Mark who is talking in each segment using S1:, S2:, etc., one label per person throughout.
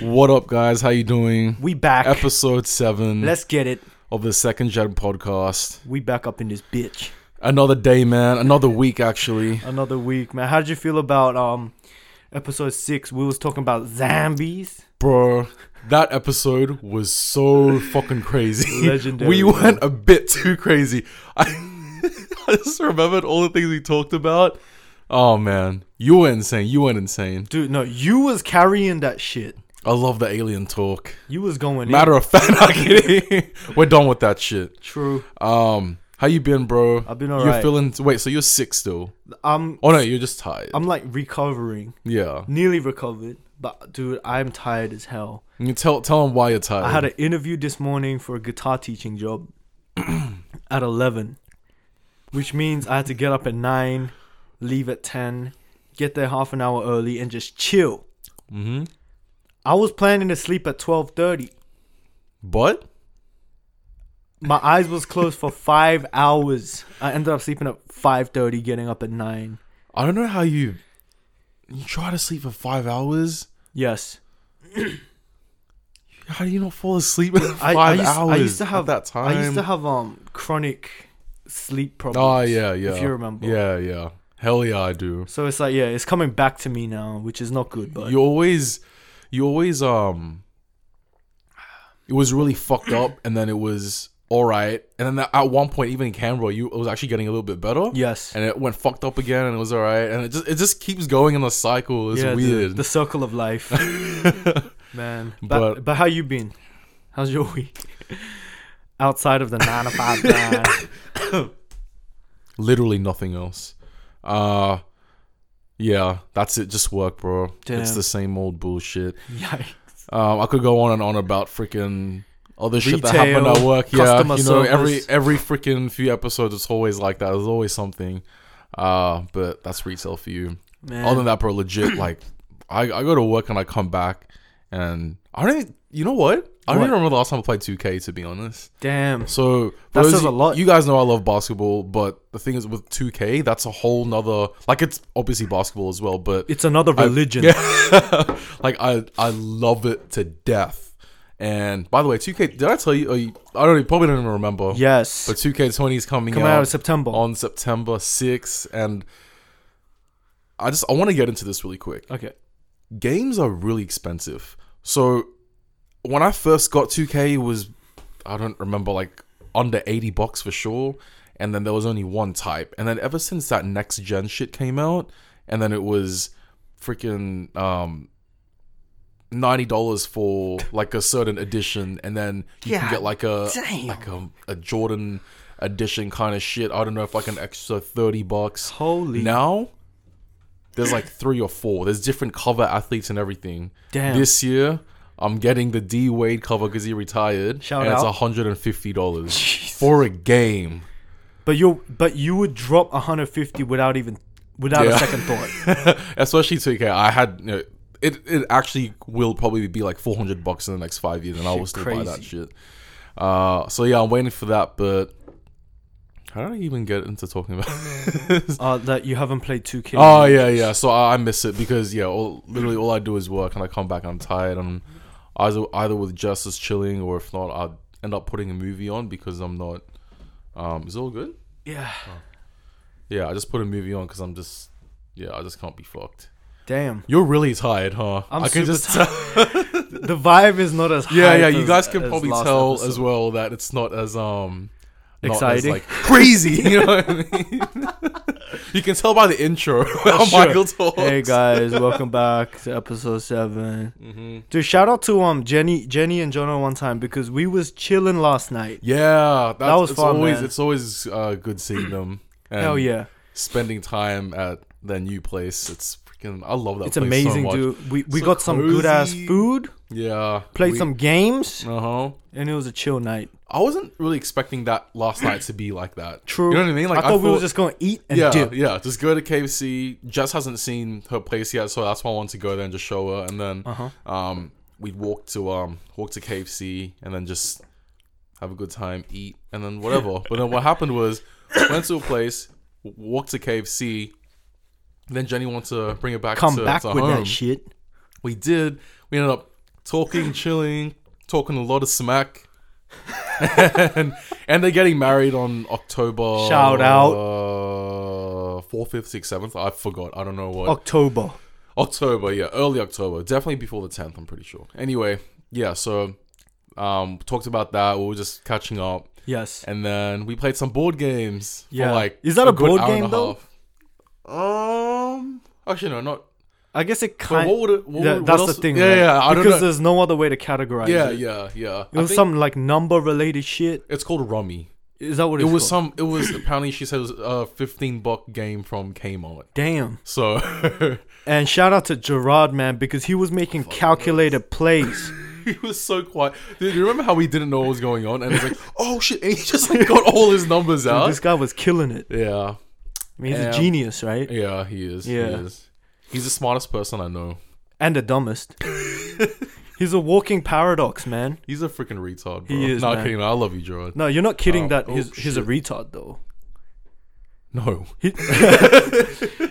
S1: What up, guys? How you doing?
S2: We back.
S1: Episode 7
S2: Let's get it.
S1: of the Second Gen podcast.
S2: We back up in this bitch.
S1: Another day, man. Another week, actually.
S2: Another week, man. How did you feel about um episode six? We was talking about zombies.
S1: Bro, that episode was so fucking crazy.
S2: Legendary,
S1: We
S2: bro.
S1: went a bit too crazy. I, I just remembered all the things we talked about. Oh, man. You were insane. You went insane.
S2: Dude, no, you was carrying that shit.
S1: I love the alien talk.
S2: You was going in.
S1: Matter of fact, I'm kidding. we're done with that shit.
S2: True.
S1: Um, how you been, bro?
S2: I've been
S1: You're
S2: alright.
S1: feeling. Wait, so you're sick still?
S2: I'm
S1: Oh no, you're just tired.
S2: I'm like recovering.
S1: yeah.
S2: Nearly recovered. But dude, I'm tired as hell.
S1: You tell tell them why you're tired.
S2: I had an interview this morning for a guitar teaching job at eleven. Which means I had to get up at nine, leave at ten, get there half an hour early and just chill.
S1: hmm
S2: I was planning to sleep at 12:30.
S1: But
S2: My eyes was closed for 5 hours. I ended up sleeping at 5:30, getting up at 9.
S1: I don't know how you. You try to sleep for five hours.
S2: Yes.
S1: How do you not fall asleep in
S2: I,
S1: five
S2: I used,
S1: hours?
S2: I used to
S1: at
S2: have
S1: that time.
S2: I used to have um chronic sleep problems.
S1: Oh yeah, yeah.
S2: If you remember.
S1: Yeah, yeah. Hell yeah, I do.
S2: So it's like yeah, it's coming back to me now, which is not good, but
S1: you always, you always. Um, it was really fucked up, and then it was all right, and then at one point, even in Canberra, you it was actually getting a little bit better.
S2: yes.
S1: and it went fucked up again and it was all right and it just it just keeps going in the cycle it's
S2: yeah,
S1: weird
S2: The, the circle of life. Man. But,
S1: But-
S2: but how you been? How's your week? Outside of the 9 to 5 grind.
S1: literally nothing else uh yeah that's it just work bro it's
S2: Damn.
S1: the same old bullshit
S2: Yikes.
S1: um i could go on and on about freaking all this shit that
S2: Retail,
S1: happened at work yeah you
S2: customer
S1: know every
S2: service.
S1: every freaking few episodes it's always like that there's always something uh but that's retail for you
S2: Man.
S1: other than that bro legit like I, I go to work and i come back and i don't even- you know what i don't
S2: What?
S1: even remember the last time i played 2k to be honest
S2: Damn.
S1: So
S2: That
S1: those
S2: says
S1: you-
S2: a lot.
S1: You guys know I love basketball, but the thing is with 2K, that's a whole nother like it's obviously basketball as well, but
S2: It's another religion.
S1: yeah, like I I love it to death. And by the way, 2K, did I tell you? Or you I don't you probably don't even remember.
S2: Yes.
S1: But 2K20 is coming
S2: Coming out of September.
S1: on September 6th, and I just I want to get into this really quick
S2: okay.
S1: games are really expensive. So when I first got 2K it was I don't remember like under 80 bucks for sure and then there was only one type. And then ever since that next gen shit came out and then it was freaking um $90 for like a certain edition and then you can
S2: God
S1: get like a
S2: damn.
S1: like a, a Jordan edition kind of shit. I don't know if like an extra 30 bucks
S2: Holy
S1: now there's like three or four. There's different cover athletes and everything.
S2: Damn.
S1: This year, I'm getting the D Wade cover because he retired.
S2: Shout
S1: and
S2: out.
S1: it's hundred and fifty dollars for a game.
S2: But you but you would drop 150 without even without
S1: Yeah.
S2: a second thought.
S1: Especially 2K. I had you know, it. It actually will probably be like four hundred bucks in the next five years, and I will still buy that
S2: crazy.
S1: shit. Uh, so yeah, I'm waiting for that. But how did I even get into talking about this?
S2: Uh, that you haven't played 2K.
S1: Oh yeah, yeah. So I, I miss it because yeah, all, literally all I do is work, and I come back and I'm tired. And I'm either either with Justice chilling, or if not, I end up putting a movie on because I'm not. Um, is it all good?
S2: Yeah.
S1: Yeah, I just put a movie on because I'm just. Yeah, I just can't be fucked.
S2: Damn.
S1: You're really tired, huh?
S2: I'm
S1: I can
S2: super
S1: just. Tell,
S2: The vibe is not as
S1: yeah,
S2: hype
S1: yeah. You
S2: as-
S1: guys can
S2: as
S1: probably
S2: last
S1: tell
S2: episode.
S1: as well that it's not as um. not as,
S2: Exciting.
S1: like crazy. You know what I mean? you can tell by the intro how
S2: Oh, sure.
S1: Michael talks.
S2: Hey guys, welcome back to episode 7.
S1: Mhm.
S2: Dude, shout out to um Jenny Jenny and Jono one time because we was chilling last night.
S1: Yeah, that's,
S2: was
S1: it's
S2: fun,
S1: Always,
S2: man.
S1: It's always uh, good seeing them. And
S2: Hell yeah.
S1: Spending time at their new place. It's freaking. I love that.
S2: It's
S1: place so
S2: amazing,
S1: much.
S2: dude. We we
S1: So
S2: got some good ass
S1: cozy.
S2: food,
S1: Yeah.
S2: played some games,
S1: Uh huh.
S2: and it was a chill night.
S1: I wasn't really expecting that last night to be like that.
S2: True.
S1: You know what I mean? Like
S2: I thought, we were just going to eat and
S1: Yeah,
S2: dip.
S1: yeah. Just go to KFC. Jess hasn't seen her place yet, so that's why I wanted to go there and just show her. And then,
S2: Uh-huh.
S1: um, we'd walk to um walk to KFC and then just have a good time, eat, and then whatever. but then what happened was went to a place, w- walked to KFC. Then Jenny wanted to bring it back.
S2: Come
S1: to,
S2: back
S1: to
S2: with
S1: home.
S2: that shit.
S1: We did. We ended up talking, chilling, talking a lot of smack. and and they're getting married on October.
S2: Shout out.
S1: uh, fourth, fifth, sixth, seventh. I forgot. I don't know what.
S2: October.
S1: October, yeah, early October, definitely before the tenth. I'm pretty sure. Anyway, yeah, so um, talked about that. We were just catching up,
S2: Yes.
S1: and then we played some board games. for,
S2: Yeah.
S1: like
S2: Is that a
S1: good
S2: board
S1: hour and
S2: game,
S1: a
S2: though?
S1: half. Um, actually, no, not.
S2: I guess it
S1: But
S2: kind.
S1: what would it? What,
S2: Tha-
S1: would- what
S2: that's
S1: else-
S2: the thing.
S1: Yeah,
S2: right?
S1: yeah. I
S2: because
S1: don't know.
S2: there's no other way to categorize
S1: Yeah,
S2: it.
S1: yeah, yeah.
S2: It was
S1: I think
S2: some like number related shit.
S1: It's called Rummy.
S2: Is that what
S1: It
S2: it's
S1: was some.
S2: called?
S1: It was apparently she says a fifteen buck game from Kmart.
S2: Damn.
S1: So
S2: And shout out to Gerard, man, because he was making calculated plays.
S1: He was so quiet. Dude, you remember how we didn't know what was going on? And it's like, oh shit. And he just like got all his numbers out.
S2: this guy was killing it.
S1: yeah.
S2: I mean, he's
S1: Yeah.
S2: a genius, right?
S1: Yeah, he is. He
S2: Yeah.
S1: is. He's the smartest person I know.
S2: And the dumbest. he's a walking paradox, man.
S1: He's a freaking retard, bro.
S2: He is,
S1: Nah,
S2: man.
S1: kidding. I love you, Gerard.
S2: No, you're not kidding
S1: Oh,
S2: that
S1: oh,
S2: he's, he's a
S1: shit.
S2: retard, though.
S1: No.
S2: He-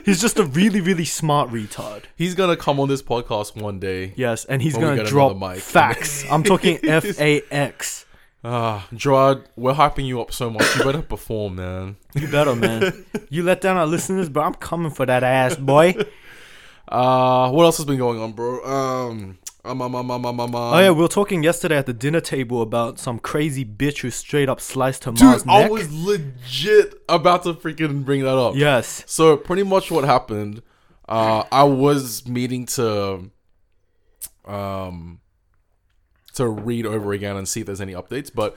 S2: he's just a really, really smart retard.
S1: He's going to come on this podcast one day.
S2: Yes, and he's
S1: When we
S2: going to
S1: get
S2: drop
S1: another mic.
S2: facts. I'm talking F A X.
S1: Ah, Gerard, we're hyping you up so much. You better perform, man.
S2: You better, man. You let down our listeners, but I'm coming for that ass, boy.
S1: Uh, what else has been going on, bro? Um, um, um, um, um, um, um,
S2: Oh yeah, we were talking yesterday at the dinner table about some crazy bitch who straight up sliced her mom's
S1: Dude, I
S2: neck.
S1: was legit about to freaking bring that up.
S2: Yes.
S1: So pretty much what happened, uh, I was meaning to, um, to read over again and see if there's any updates, but.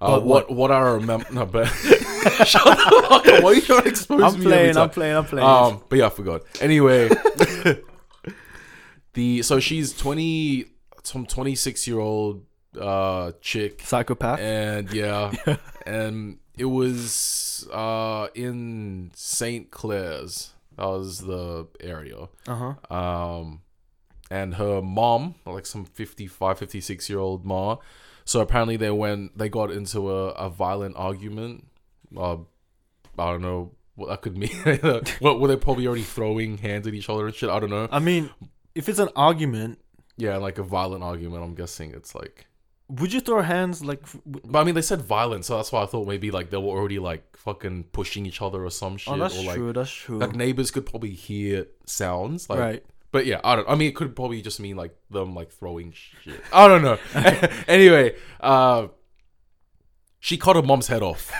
S1: Uh,
S2: But
S1: what what I remember, no, but shut the fuck up. Why are you trying to expose
S2: I'm
S1: me? every
S2: playing,
S1: time?
S2: I'm playing, I'm playing.
S1: Um, but yeah, I forgot. Anyway, the so she's twenty, some twenty six year old uh chick,
S2: Psychopath.
S1: and yeah, and it was uh in Saint Clair's. That was the area.
S2: uh huh.
S1: Um, and her mom, like some 55, 56 year old ma. So apparently they went, they got into a, a violent argument. Uh, I don't know what that could mean. what were they probably already throwing hands at each other and shit? I don't know.
S2: I mean, if it's an argument,
S1: Yeah, like a violent argument. I'm guessing it's like.
S2: would you throw hands like? f- oh, w-
S1: But I mean, they said violent, so that's why I thought maybe like they were already like fucking pushing each other or some shit,
S2: Oh, that's
S1: or like
S2: true. That's true.
S1: like neighbors could probably hear sounds. Like,
S2: right.
S1: But yeah, I don't. I mean, it could probably just mean like them like throwing shit. I don't know. anyway, uh, she cut her mom's head off.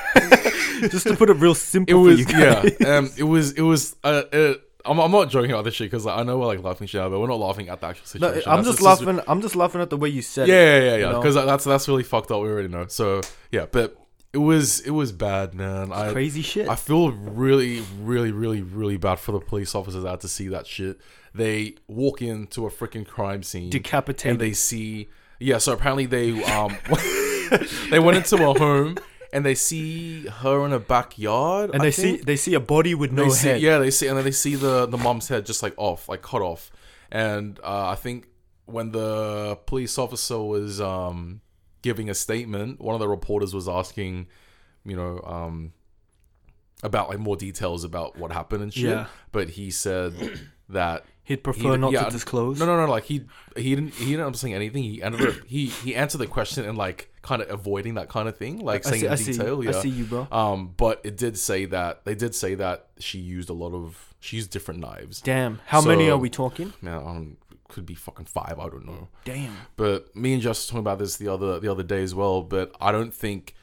S2: Just to put it real
S1: It
S2: simple for you
S1: was yeah.
S2: guys.
S1: Um, it was it was. Uh, uh I'm, I'm not joking about this shit because like, I know we're like laughing shit, out, but we're not laughing at the actual
S2: No,
S1: situation.
S2: I'm
S1: That's-
S2: just
S1: this is-
S2: laughing. I'm just laughing at the way you said it.
S1: yeah, yeah, yeah, yeah.
S2: know?
S1: Because that's that's really fucked up. We already know. So yeah, but it was it was bad, man. I
S2: Crazy shit.
S1: I feel really, really, really, really bad for the police officers out to see that shit. They walk into a freaking crime scene
S2: Decapitated.
S1: and they see yeah so apparently they um they went into a home and they see her in a backyard
S2: and
S1: I
S2: they
S1: think.
S2: see they see a body with no
S1: They see-
S2: head.
S1: yeah they see and then they see the the mom's head just like off like cut off and uh, i think when the police officer was um giving a statement one of the reporters was asking you know um about like more details about what happened and shit
S2: Yeah.
S1: but he said that
S2: He'd
S1: he
S2: prefer
S1: did-
S2: not
S1: yeah,
S2: to disclose.
S1: No, no, no. Like he he didn't he didn't end up saying anything. He ended up he he answered the question and like kind of avoiding that kind of thing, like
S2: I
S1: saying
S2: see, I
S1: in
S2: see,
S1: detail.
S2: you.
S1: Yeah.
S2: I see you, bro.
S1: Um, but it did say that they did say that she used a lot of she used different knives.
S2: Damn. How many
S1: So-
S2: are we talking?
S1: Now um, could be fucking five. I don't know.
S2: Damn.
S1: But me and Jess were talking about this the other the other day as well. But I don't think,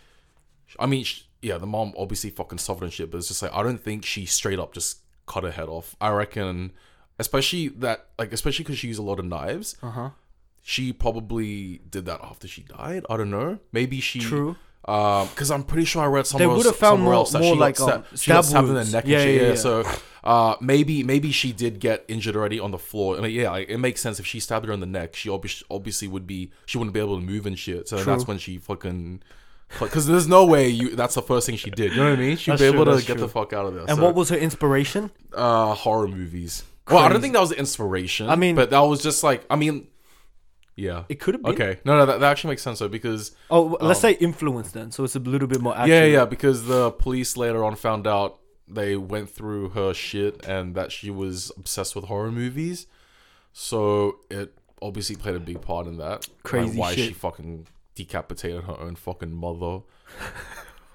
S1: I mean, sh yeah, the mom obviously fucking suffered and shit. But it's just like I don't think she straight up just cut her head off. I reckon, especially that like especially because she used a lot of knives.
S2: Uh huh.
S1: She probably did that after she died. I don't know. Maybe she
S2: True.
S1: because I'm pretty sure I read somewhere,
S2: would
S1: else,
S2: have found
S1: somewhere
S2: more-
S1: else that
S2: more
S1: she
S2: like,
S1: got,
S2: um,
S1: sta- she got
S2: stab
S1: stabbed in the
S2: wounds.
S1: neck
S2: Yeah,
S1: and shit.
S2: yeah,
S1: Yeah,
S2: yeah.
S1: So uh, maybe maybe she did get injured already on the floor. I mean, yeah, like, it makes sense if she stabbed her in the neck. She obvi- obviously would be she wouldn't be able to move and shit. So
S2: True.
S1: that's when she fucking because there's no way you that's the first thing she did. You know what I mean? She'd
S2: That's
S1: be
S2: true,
S1: able to
S2: that's
S1: get
S2: true.
S1: the fuck out of there.
S2: And
S1: so,
S2: what was her inspiration?
S1: uh, horror movies? Well, I don't
S2: Crazy.
S1: think that was the inspiration.
S2: I mean-
S1: but that was just like I mean, yeah.
S2: It could have been.
S1: Okay, no, no, that, that actually makes sense though because.
S2: Oh, w- let's say influence then. So it's a little bit more action.
S1: Um, Yeah, yeah, because the police later on found out they went through her shit and that she was obsessed with horror movies. So it obviously played a big part in that. Like,
S2: Crazy
S1: why she
S2: shit.
S1: fucking decapitated her own fucking mother.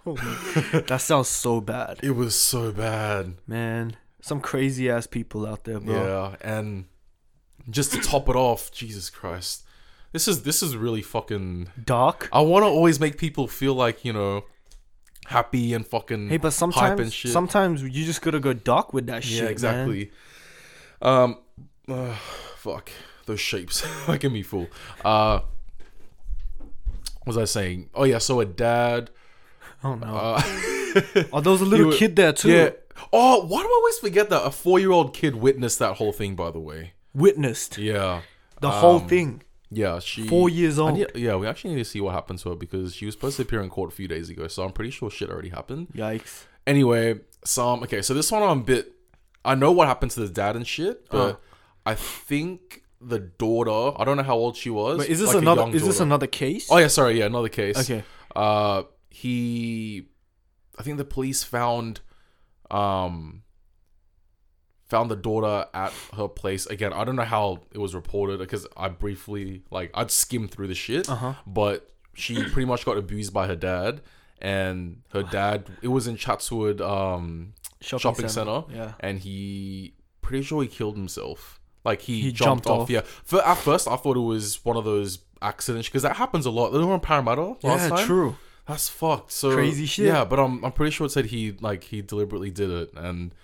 S2: that sounds so bad,
S1: It was so bad.
S2: man. Some crazy ass people out there, bro.
S1: Yeah, and just to top it off, Jesus Christ. This is this is really fucking
S2: Dark.
S1: I want to always make people feel like, you know, happy and fucking
S2: Hey, but
S1: hype
S2: sometimes
S1: and shit.
S2: sometimes you just gotta go dark with that
S1: yeah,
S2: shit. Man.
S1: exactly. Um uh, fuck those shapes. Making me fool. Uh what was I saying? Oh yeah, so a dad
S2: Oh no.
S1: uh,
S2: oh, there was a little
S1: were-
S2: kid there too.
S1: Yeah. Oh, why do I always forget that a four-year-old kid witnessed that whole thing? By the way,
S2: Witnessed
S1: yeah,
S2: the whole
S1: Um,
S2: thing.
S1: yeah, she
S2: Four years
S1: I
S2: old.
S1: need- yeah, we actually need to see what happened to her because she was supposed to appear in court a few days ago, so I'm pretty sure shit already happened.
S2: Yikes.
S1: Anyway, some okay, so this one I'm a bit. I know what happened to the dad and shit,
S2: Uh-huh.
S1: but I think the daughter. I don't know how old she was.
S2: But is this
S1: like a
S2: another?
S1: young
S2: Is this
S1: daughter.
S2: another case?
S1: Oh yeah, sorry, yeah, another case.
S2: Okay.
S1: Uh, he, I think the police found, um, found the daughter at her place. Again, I don't know how it was reported because I briefly like I'd skim through the shit,
S2: Uh-huh.
S1: but she pretty much got abused by her dad, and her dad. It was in Chatswood um
S2: Shopping,
S1: shopping center,
S2: Yeah.
S1: and he pretty sure he killed himself. Like he,
S2: He
S1: jumped,
S2: jumped
S1: off.
S2: off.
S1: Yeah. For, at first, I thought it was one of those accidents because that happens a lot. They were in Parramatta last
S2: yeah.
S1: time.
S2: True.
S1: That's fucked. So
S2: Crazy shit.
S1: Yeah, but I'm I'm pretty sure it said he like he deliberately did it, and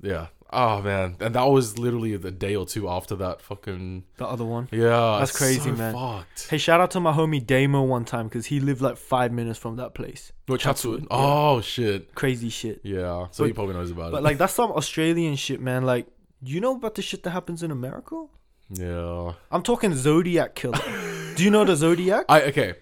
S1: yeah. Oh man, and that was literally the day or two after that fucking
S2: The other one.
S1: yeah.
S2: That's
S1: it's
S2: crazy,
S1: so
S2: man.
S1: Fucked.
S2: Hey, shout out to my homie Damo one time because he lived like five minutes from that place.
S1: No, Chatswood. Oh shit.
S2: Crazy shit.
S1: Yeah. So he probably knows about
S2: But
S1: it.
S2: like that's some Australian shit, man. Like you know about the shit that happens in America?
S1: yeah.
S2: I'm talking Zodiac killer. Do you know the Zodiac?
S1: I okay.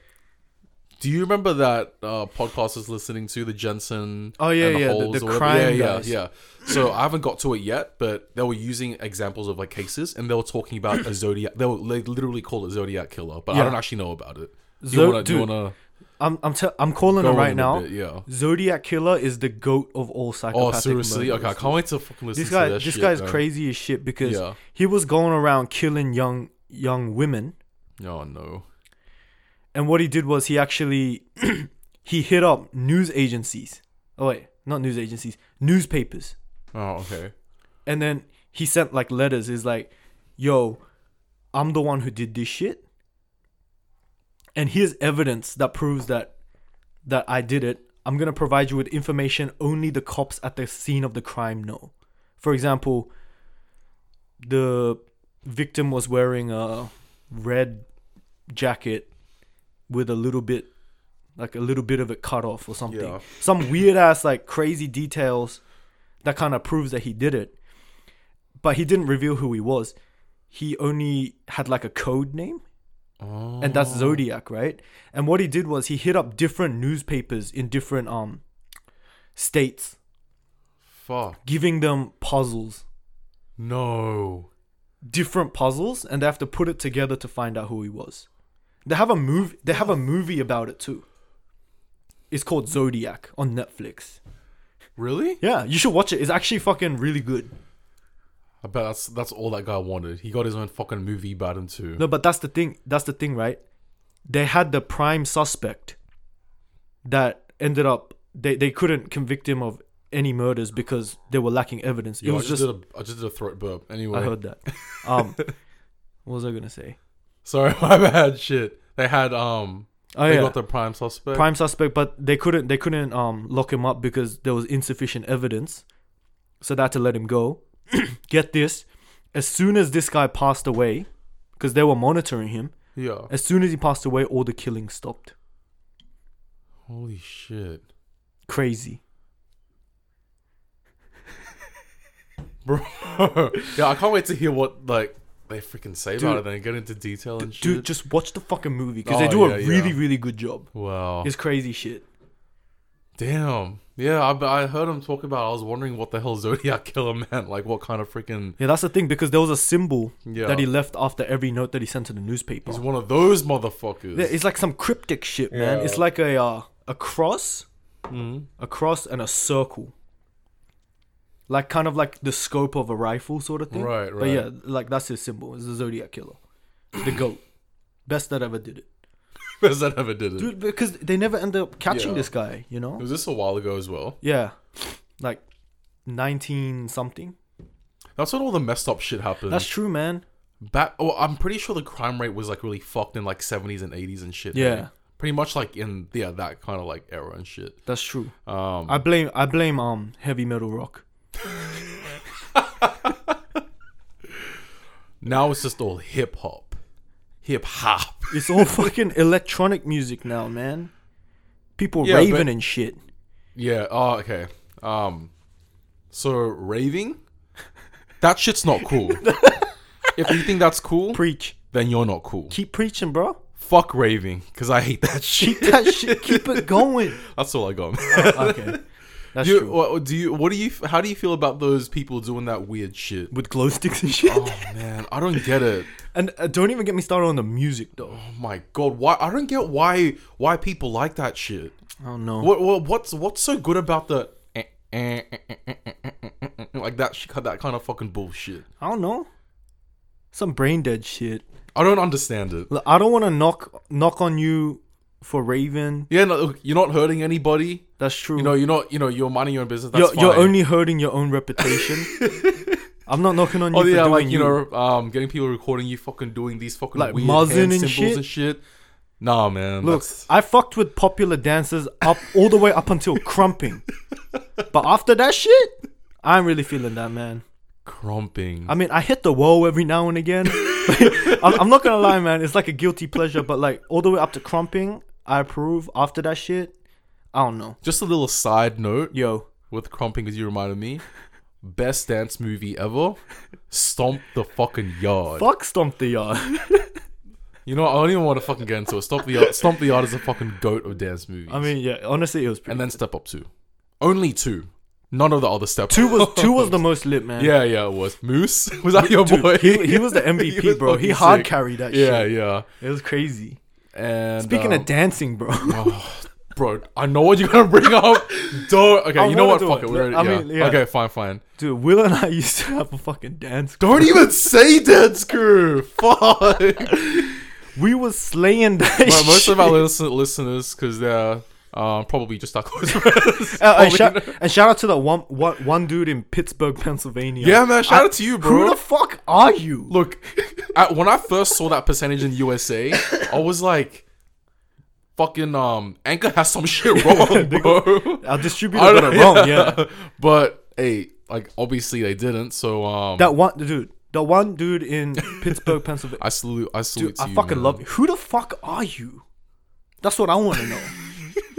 S1: Do you remember that uh, podcast I was listening to the Jensen?
S2: Oh, yeah,
S1: and
S2: yeah, the-
S1: Holes
S2: the
S1: or whatever?
S2: crime
S1: Yeah,
S2: guys.
S1: yeah, yeah. So I haven't got to it yet, but they were using examples of like cases, and they were talking about a zodiac. They were they literally called it zodiac killer, but
S2: Yeah.
S1: I don't actually know about it. Do
S2: Zo-
S1: you want to?
S2: dude,
S1: go
S2: I'm I'm te- I'm calling it
S1: in
S2: right
S1: a
S2: now.
S1: bit? Yeah.
S2: Zodiac killer is the goat of all
S1: Oh,
S2: psychopathic.
S1: seriously?
S2: murderers.
S1: Okay, I can't wait to fucking listen
S2: This guy,
S1: to that
S2: this
S1: shit,
S2: guy's
S1: man.
S2: crazy as shit because
S1: Yeah.
S2: he was going around killing young young women,
S1: Oh no.
S2: and what he did was he actually he hit up news agencies. Oh wait, not news agencies, newspapers,
S1: Oh okay.
S2: and then he sent like letters. Is like, yo, I'm the one who did this shit, and here's evidence that proves that that I did it. I'm gonna provide you with information only the cops at the scene of the crime know. For example, the victim was wearing a red jacket with a little bit, like a little bit of it cut off or something.
S1: Yeah.
S2: Some weird ass, like crazy details that kind of proves that he did it. But he didn't reveal who he was. He only had like a code name
S1: Oh.
S2: and that's Zodiac, right? And what he did was he hit up different newspapers in different um states,
S1: fuck.
S2: giving them puzzles,
S1: No.
S2: different puzzles, and they have to put it together to find out who he was. They have a move. They have a movie about it too. It's called Zodiac on Netflix.
S1: Really?
S2: Yeah, you should watch it. It's actually fucking really good.
S1: I bet that's that's all that guy wanted. He got his own fucking movie about him too.
S2: No, but that's the thing. That's the thing, right? They had the prime suspect that ended up. They they couldn't convict him of any murders because they were lacking evidence. It
S1: Yo,
S2: was
S1: I just,
S2: just.
S1: did a, I just did a throat burp. Anyway,
S2: I heard that. Um, what was I gonna say?
S1: sorry, my bad. Shit, they had um,
S2: Oh
S1: they
S2: yeah,
S1: got the prime suspect.
S2: prime suspect, but they couldn't. They couldn't um lock him up because there was insufficient evidence, so they had to let him go. Get this, as soon as this guy passed away, because they were monitoring him.
S1: yeah.
S2: As soon as he passed away, all the killings stopped.
S1: Holy shit,
S2: Crazy.
S1: bro. yeah, I can't wait to hear what like they freaking say about it and get into detail and shit.
S2: Dude, just watch the fucking movie because they
S1: Oh,
S2: do a
S1: yeah, yeah.
S2: really, really good job.
S1: wow.
S2: It's crazy shit.
S1: Damn. Yeah, I, I heard him talk about. it. I was wondering what the hell Zodiac Killer meant. Like, what kind of freaking?
S2: Yeah, that's the thing because there was a symbol
S1: Yeah.
S2: that he left after every note that he sent to the newspaper.
S1: He's one of those motherfuckers.
S2: Yeah, It's like some cryptic shit, man.
S1: Yeah.
S2: It's like a uh, a cross,
S1: Mhm.
S2: a cross, and a circle. Like kind of like the scope of a rifle sort of thing.
S1: Right,
S2: But
S1: right.
S2: yeah, like that's his symbol. It's the Zodiac killer. the goat. Best that ever did it.
S1: Because I never did it.
S2: Dude, because they never end up catching
S1: Yeah.
S2: this guy, you know?
S1: Was this a while ago as well?
S2: Yeah. Like 19 something.
S1: That's when all the messed up shit happened.
S2: That's true, man.
S1: Back, oh, I'm pretty sure the crime rate was like really fucked in like 70s and 80s and shit.
S2: Yeah.
S1: right? pretty much like in yeah that kind of like era and shit.
S2: That's true.
S1: Um,
S2: I blame I blame um heavy metal rock.
S1: now it's just all hip hop, hip hop.
S2: It's all fucking electronic music now, man. People
S1: Yeah,
S2: raving
S1: but-
S2: and shit.
S1: Yeah. Oh, okay. Um, so raving, that shit's not cool. if you think that's cool,
S2: Preach.
S1: then you're not cool.
S2: Keep preaching, bro.
S1: Fuck raving, cause I hate that
S2: Keep
S1: shit.
S2: that shit. Keep it going.
S1: That's all I got.
S2: Okay. That's
S1: Do you,
S2: true.
S1: what, do you? What do you? How do you feel about those people doing that weird shit?
S2: With glow sticks and shit.
S1: Oh man, I don't get it.
S2: And uh, don't even get me started on the music, though.
S1: Oh my god, why? I don't get why why people like that shit.
S2: I don't know.
S1: What, what what's what's so good about the eh, eh, eh, eh, eh, eh, eh, eh, eh, eh, like that sh- that kind of fucking bullshit?
S2: I don't know. Some brain dead shit.
S1: I don't understand it.
S2: Look, I don't want to knock knock on you for raving.
S1: Yeah, no, look, you're not hurting anybody.
S2: That's true.
S1: You know, you're not. You know, you're minding your own business. That's
S2: you're, you're
S1: fine.
S2: only hurting your own reputation. I'm not knocking on you
S1: Oh
S2: for
S1: yeah,
S2: doing
S1: like you,
S2: you.
S1: know, um, getting people recording you fucking doing these fucking
S2: Like
S1: weird
S2: Muzzin
S1: hand
S2: and
S1: symbols
S2: shit?
S1: and shit. Nah, man.
S2: Look,
S1: that's-
S2: I fucked with popular dancers up all the way up until crumping, but after that shit, I ain't really feeling that, man.
S1: crumping.
S2: I mean, I hit the wall every now and again. I'm, I'm not gonna lie, man. It's like a guilty pleasure, but like all the way up to crumping, I approve. After that shit, I don't know.
S1: Just a little side note
S2: Yo,
S1: with crumping because you reminded me. Best dance movie ever. Stomp the fucking yard.
S2: fuck stomp the yard.
S1: You know, what, I don't even want to fucking get into it. Stomp the yard. Stomp the yard is a fucking goat of dance movies.
S2: I mean, yeah. Honestly, it was pretty.
S1: and then Step Up Two. Only two. None of the other Step
S2: Two was two was the most lit, man.
S1: Yeah, yeah, it was Moose. Was that your
S2: Dude,
S1: boy?
S2: he, he was the MVP,
S1: was
S2: bro. He
S1: fucking
S2: hard
S1: sick.
S2: carried that
S1: Yeah,
S2: shit.
S1: yeah.
S2: It was crazy.
S1: And
S2: Speaking
S1: um,
S2: of dancing, bro.
S1: Oh, bro, I know what you're gonna bring up. Don't. Okay,
S2: I
S1: you know
S2: wanna
S1: what? Fuck
S2: do it.
S1: it. We're,
S2: I
S1: yeah.
S2: mean, yeah.
S1: Okay, fine, fine.
S2: Dude, Will and I used to have a fucking dance. group.
S1: Don't even say dead screw. Fuck. Bro,
S2: We was slaying that
S1: most
S2: shit.
S1: of our listen- listeners, because they're uh, probably just our close friends.
S2: Uh, and,
S1: probably-
S2: shout, and shout out to that one, one, one dude in Pittsburgh, Pennsylvania.
S1: yeah, man. Shout out to you, bro.
S2: Who the fuck are you?
S1: Look, I, when I first saw that percentage in USA, I was like, "Fucking um, Anchor has some shit wrong, bro."
S2: our distributor
S1: I
S2: got
S1: don't-
S2: it wrong. Yeah.
S1: but hey, like obviously they didn't. So um,
S2: that one dude. The one dude in Pittsburgh, Pennsylvania.
S1: I salute. I salute.
S2: Dude,
S1: to
S2: I
S1: you,
S2: fucking
S1: man.
S2: love you. Who the fuck are you? That's what I want to know.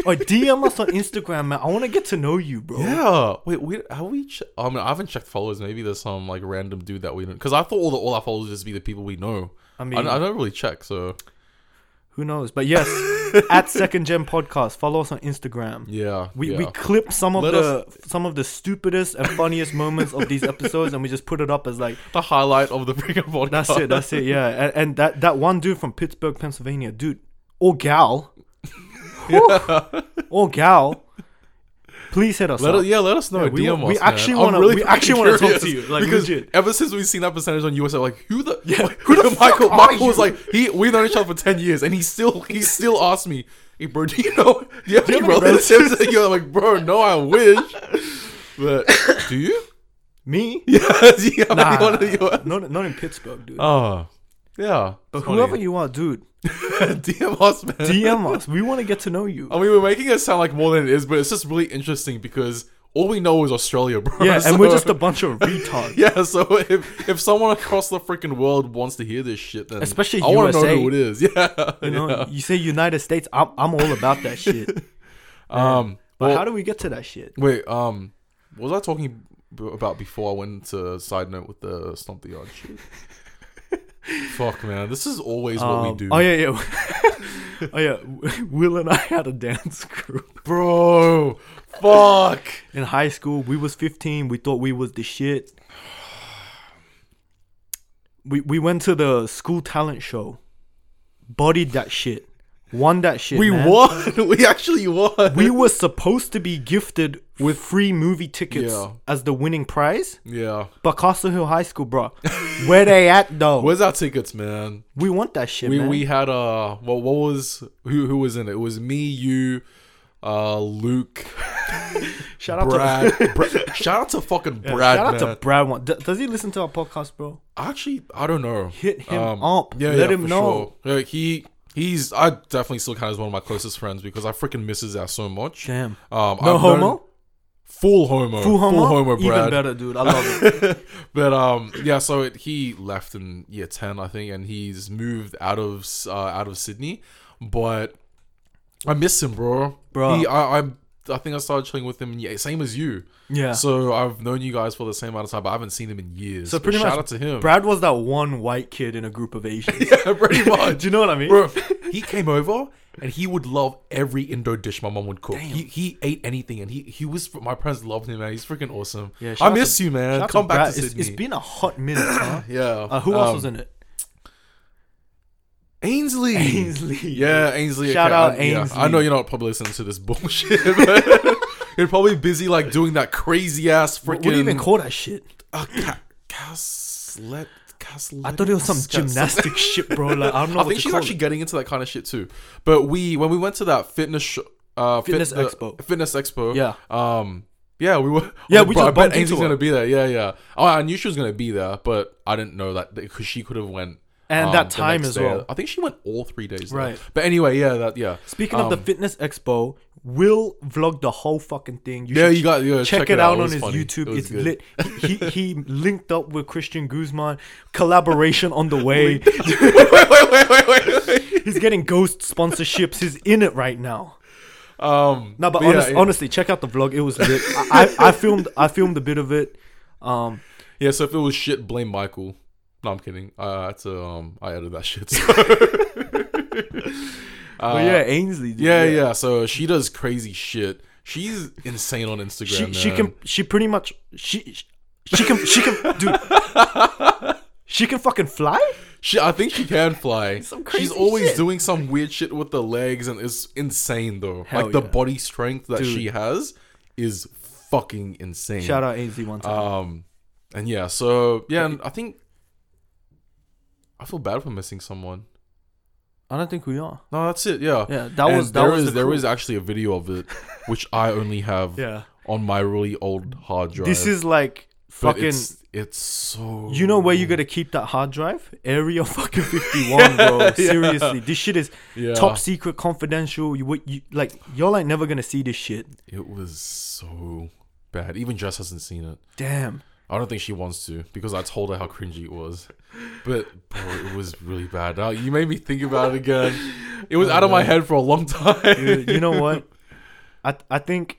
S2: or DM us on Instagram, man. I want to get to know you, bro.
S1: Yeah. Wait. Wait. Have we? Che- I mean, I haven't checked followers. Maybe there's some like random dude that we don't. Because I thought all the, all our followers would just be the people we know.
S2: I
S1: I
S2: mean-
S1: mean, I, don't really check. So
S2: Who knows? But yes, at Second Gen Podcast, follow us on Instagram.
S1: yeah,
S2: We,
S1: yeah.
S2: we clip some of
S1: Let
S2: the some of the stupidest and funniest moments of these episodes, and we just put it up as like
S1: the highlight of the freaking podcast.
S2: that's it, that's it, yeah. And, and that that one dude from Pittsburgh, Pennsylvania, dude or gal, Whew. or gal, please hit us
S1: Let
S2: up.
S1: us, yeah, let us know.
S2: Yeah, we
S1: DM
S2: wa- we
S1: us, man.
S2: actually
S1: I'm
S2: wanna-
S1: really
S2: we
S1: fucking
S2: actually wanna talk
S1: curious,
S2: to you, like,
S1: because
S2: legit.
S1: ever since we've seen that percentage on USA, like who the
S2: Yeah,
S1: who the Michael
S2: fuck are
S1: Michael was
S2: you?
S1: like he we've known each other for ten years and he still he still asked me, hey bro, do you know do you have any
S2: have any
S1: relatives? And You're like bro, no, I wish, but do you?
S2: Me?
S1: Yeah, do you have
S2: Nah,
S1: anyone of your?
S2: not not in Pittsburgh, dude.
S1: Oh, yeah.
S2: but whoever you are, dude,
S1: DM us, man.
S2: DM us. We want to get to know you.
S1: I mean, we're making it sound like more than it is, but it's just really interesting because all we know is Australia, bro.
S2: yeah, and we're
S1: so-
S2: just a bunch of retards.
S1: Yeah, so if if someone across the freaking world wants to hear this shit, then
S2: Especially
S1: I wanna
S2: USA.
S1: know who it is. Yeah,
S2: You know, you say United States, I'm, I'm all about that shit.
S1: um,
S2: But
S1: well,
S2: how do we get to that shit?
S1: wait, um, what was I talking b- about before I went to side note with the stomp the yard shit? Fuck, man, this is always what we
S2: Um,
S1: do,
S2: Oh yeah, yeah. oh yeah. Will and I had a dance group
S1: bro. Fuck.
S2: in high school. We was 15. We thought we was the shit. We we went to the school talent show. Bodied that shit. Won that shit.
S1: We
S2: man.
S1: won. We actually won.
S2: We were supposed to be gifted with free movie tickets
S1: Yeah.
S2: as the winning prize.
S1: Yeah.
S2: But Castle Hill High School, bro, where they at though?
S1: Where's our tickets, man?
S2: we want that shit,
S1: We
S2: man.
S1: we had uh what what was who who was in it? It was me, you, uh Luke,
S2: shout out
S1: Brad. Bra- shout out to fucking
S2: to
S1: Brad.
S2: shout out
S1: man.
S2: to Brad. One. D- does he listen to our podcast, bro?
S1: Actually, I don't know. Um,
S2: Hit him up. Let him
S1: for
S2: know.
S1: sure. Yeah, he he's I definitely still count as one of my closest friends because I freaking misses out so much.
S2: Damn.
S1: Um,
S2: No
S1: I've known-
S2: homo.
S1: full homo,
S2: Full homo. Even
S1: Brad.
S2: better, dude. I love it.
S1: but um, yeah. So it, he left in year ten, I think, and he's moved out of S- uh, out of Sydney. But I miss him, bro.
S2: Bro.
S1: he, I, I I think I started chilling with him. in year- same as you.
S2: Yeah.
S1: So I've known you guys for the same amount of time, but I haven't seen him in years.
S2: So
S1: But
S2: pretty much
S1: shout out to him.
S2: Brad was that one white kid in a group of Asians.
S1: yeah, pretty much.
S2: Do you know what I mean?
S1: Bro, he came over and he would love every Indo dish my mom would cook. He, he ate anything and he he was my parents loved him man. He's freaking awesome.
S2: Yeah, shout
S1: I
S2: out
S1: miss
S2: to-
S1: you,
S2: Shout
S1: man.
S2: out
S1: Come back
S2: Brad.
S1: to
S2: It's-
S1: Sydney.
S2: it's been a hot minute. Huh?
S1: yeah.
S2: Uh, who else
S1: Um,
S2: was in it?
S1: Ainsley.
S2: Ainsley.
S1: Yeah, Ainsley.
S2: Shout out
S1: I, yeah.
S2: Ainsley.
S1: I know you're not probably listening to this bullshit. but you're probably busy like doing that crazy ass freaking.
S2: What do you even call that shit?
S1: Uh, ca- caslet. Caslet.
S2: I thought it was some gymnastic shit, bro. Like I don't know
S1: I
S2: what
S1: think
S2: to
S1: she's
S2: call
S1: actually
S2: it.
S1: getting into that kind of shit too. But we when we went to that fitness sh- uh, fit-
S2: Fitness
S1: the-
S2: expo.
S1: fitness expo,
S2: Yeah.
S1: um, yeah, we were,
S2: Yeah,
S1: I-
S2: we
S1: bro, I
S2: just
S1: bet
S2: bumped into
S1: Ainsley's
S2: her.
S1: gonna be there. Yeah, yeah. Oh, I knew she was gonna be there, but I didn't know that because she could have went.
S2: And
S1: um,
S2: that
S1: the
S2: time
S1: next
S2: as
S1: day.
S2: well.
S1: I think she went all three days. though.
S2: Right.
S1: But anyway, yeah, that yeah.
S2: Speaking
S1: um,
S2: of the fitness expo, Will vlogged the whole fucking thing. You
S1: Yeah,
S2: should
S1: you got- yeah,
S2: check, it, out, on
S1: was
S2: his
S1: funny.
S2: YouTube.
S1: It was
S2: it's
S1: good.
S2: lit. He, he linked up with Christian Guzman. Collaboration on the way.
S1: wait, wait, wait, wait, wait, wait.
S2: He's getting ghost sponsorships. He's in it right now.
S1: Um,
S2: No, but,
S1: yeah,
S2: honest,
S1: yeah.
S2: honestly, check out the vlog. It was lit. I, I, I filmed. I filmed a bit of it. Um,
S1: yeah. So if it was shit, blame Michael. No, I'm kidding. I had to um, I edited that shit. so-
S2: but yeah, Ainsley. Dude,
S1: Uh, Yeah, yeah. So she does crazy shit. She's insane on Instagram.
S2: She
S1: man.
S2: she can she pretty much she she can she can dude. She can fucking fly.
S1: She, I think she can fly.
S2: crazy
S1: She's always
S2: shit.
S1: doing some weird shit with the legs, and it's insane though.
S2: Hell
S1: like the
S2: yeah.
S1: body strength that
S2: Dude.
S1: she has is fucking insane.
S2: Shout out Ainsley one time.
S1: Um, and yeah. So yeah, and I think I feel bad for missing someone.
S2: I don't think we are.
S1: No, that's it. Yeah.
S2: Yeah, that
S1: And
S2: was- that
S1: there
S2: was
S1: is-
S2: the
S1: there
S2: crew.
S1: is actually a video of it, which I only have
S2: Yeah.
S1: on my really old hard drive.
S2: This is like
S1: But
S2: fucking.
S1: It's, it's so.
S2: You know where you gotta keep that hard drive? Area fucking fifty one, bro. Seriously, this shit is
S1: Yeah.
S2: top secret, confidential. You, would- you like y'all ain't never gonna see this shit.
S1: It was so bad. Even Jess hasn't seen it.
S2: Damn.
S1: I don't think she wants to because I told her how cringy it was. But bro, it was really bad. Now, you made me think about it again. It was out of my head for a long time.
S2: Dude, you know what? I I think.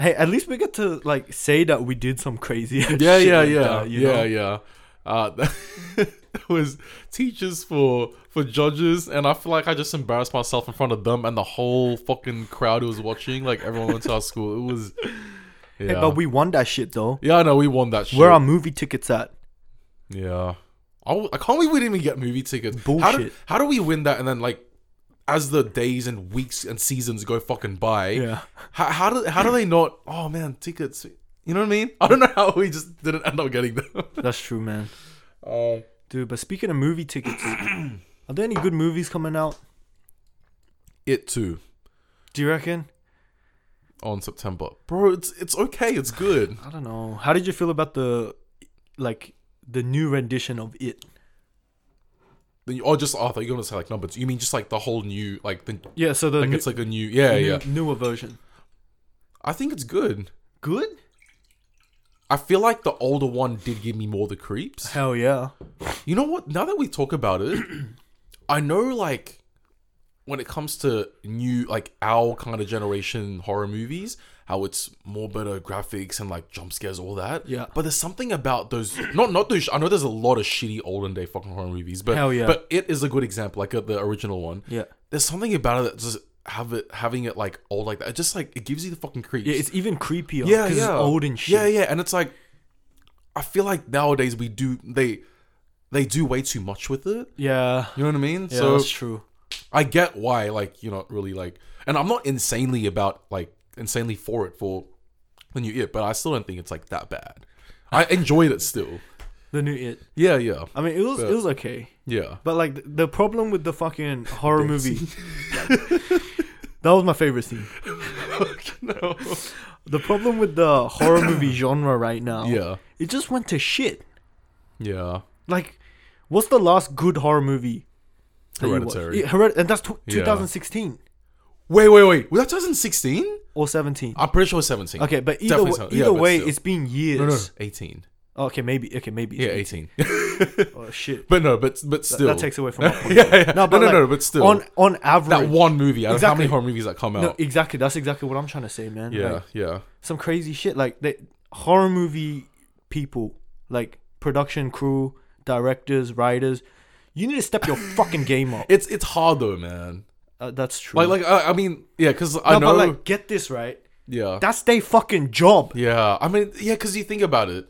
S2: Hey, at least we get to like say that we did some crazy.
S1: yeah,
S2: shit
S1: yeah,
S2: like
S1: yeah,
S2: that, you
S1: yeah,
S2: know?
S1: yeah. Uh, that was teachers for for judges, and I feel like I just embarrassed myself in front of them and the whole fucking crowd who was watching. Like everyone went to our school. It was. Yeah,
S2: Hey, but we won that shit though.
S1: yeah, no, we won that shit.
S2: Where are movie tickets at?
S1: Yeah. I, w- I can't believe we didn't even get movie tickets. How do,
S2: Bullshit.
S1: how do we win that and then like as the days and weeks and seasons go fucking by?
S2: Yeah.
S1: How, how do how do they not oh man, tickets you know what I mean? I don't know how we just didn't end up getting them.
S2: That's true, man.
S1: Um,
S2: Dude, but speaking of movie tickets, are there any good movies coming out?
S1: it too
S2: Do you reckon?
S1: on September. Bro, it's it's okay, it's good.
S2: I don't know. How did you feel about the like the new rendition of it?
S1: Then you- Or just oh, I thought you were gonna say like numbers. You mean just like the whole new like the
S2: Yeah, so the
S1: like
S2: new,
S1: it's like a new yeah,
S2: new-
S1: yeah.
S2: newer version.
S1: I think it's good.
S2: Good?
S1: I feel like the older one did give me more the creeps.
S2: Hell yeah.
S1: You know what? Now that we talk about it, I know like when it comes to new like our kind of generation horror movies, how it's more better graphics and like jump scares, all that.
S2: Yeah.
S1: But there's something about those not not those. I know there's a lot of shitty olden day fucking horror movies, but
S2: Hell yeah.
S1: But it is a good example, like uh, the original one.
S2: Yeah.
S1: There's something about it that just have it having it like old like that. It just like it gives you the fucking creeps.
S2: Yeah, it's even creepier.
S1: Yeah,
S2: 'cause
S1: yeah.
S2: It's old and shit.
S1: Yeah, yeah, and it's like I feel like nowadays we do they they do way too much with it.
S2: Yeah.
S1: You know what I mean?
S2: Yeah,
S1: so
S2: that's true.
S1: I get why like you're not really like and I'm not insanely about like insanely for it for the new it, but I still don't think it's like that bad. I enjoyed it still.
S2: The new it.
S1: Yeah, yeah,
S2: I mean, it was
S1: But-
S2: it was okay,
S1: yeah.
S2: but like th- the problem with the fucking horror movie. that was my favorite scene.
S1: no.
S2: The problem with the horror movie genre right now.
S1: Yeah,
S2: It just went to shit.
S1: yeah.
S2: Like, what's the last good horror movie? that you watched?
S1: Hereditary.
S2: Yeah, Hered- and that's tw
S1: Yeah.
S2: 2016
S1: Wait, wait, wait. Was that 2016?
S2: or 17.
S1: I'm pretty sure it was 17.
S2: Okay, but either
S1: Definitely
S2: way,
S1: so- yeah,
S2: either
S1: but
S2: way,
S1: still.
S2: it's been years. Oh,
S1: No, no, 18.
S2: Okay, maybe. Okay, maybe.
S1: Yeah, 18.
S2: Oh shit.
S1: but no, but but still.
S2: That takes away from my point.
S1: yeah, yeah.
S2: No,
S1: No,
S2: but
S1: no,
S2: like,
S1: no, but still.
S2: on on average.
S1: that one movie. I don't know how
S2: Exactly.
S1: many horror movies that come out.
S2: No, exactly. That's exactly what I'm trying to say, man.
S1: Oh. yeah,
S2: Like,
S1: yeah,
S2: some crazy shit. Like the horror movie people, like production crew, directors, writers. You need to step your fucking game up.
S1: it's it's hard though, man.
S2: Uh, that's true.
S1: Like like I, I mean, yeah, because I
S2: no,
S1: know,
S2: but like, get this right.
S1: yeah,
S2: That's their fucking job.
S1: yeah. I mean, yeah, because you think about it,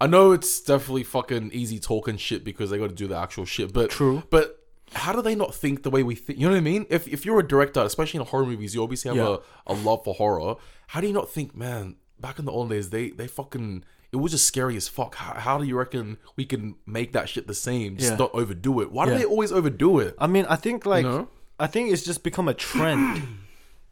S1: I know it's definitely fucking easy talking shit because they got to do the actual shit. But
S2: True.
S1: But how do they not think the way we think? You know what I mean? If if you're a director, especially in horror movies, you obviously have
S2: Yeah.
S1: a, a love for horror. How do you not think, man? Back in the old days, they they fucking it was just scary as fuck. How, how do you reckon we can make that shit the same? Just
S2: Yeah.
S1: not overdo it. Why do
S2: Yeah.
S1: they always overdo it?
S2: I mean, I think like
S1: No.
S2: I think it's just become a trend.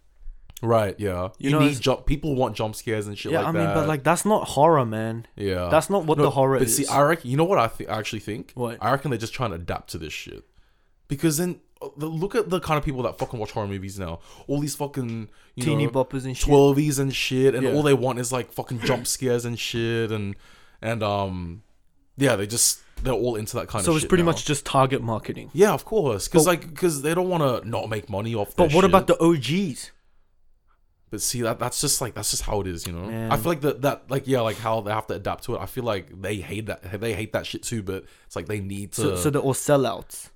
S1: Right, yeah. You,
S2: know, it's-
S1: need jump. People want jump scares and shit
S2: yeah,
S1: like
S2: I mean,
S1: that.
S2: but like that's not horror, man.
S1: yeah,
S2: that's not what the horror
S1: but
S2: is.
S1: see, I reckon. You know what I think? I actually think.
S2: What?
S1: I reckon they're just trying to adapt to this shit, because then uh, the- look at the kind of people that fucking watch horror movies now. All these fucking you
S2: Teeny
S1: know,
S2: boppers and shit.
S1: twelvies and shit, and
S2: Yeah.
S1: all they want is like fucking jump scares and shit, and and um, yeah, they just they're all into that kind
S2: so
S1: of.
S2: it's
S1: shit
S2: pretty
S1: now.
S2: much just target marketing.
S1: Yeah, of course, because like because they don't want to not make money off.
S2: But
S1: their
S2: what
S1: shit.
S2: about the OGs?
S1: But see that that's just like that's just how it is, you know.
S2: Man.
S1: I feel like that that like yeah, like how they have to adapt to it. I feel like they hate that they hate that shit too, but it's like they need to.
S2: So, so they're all sellouts.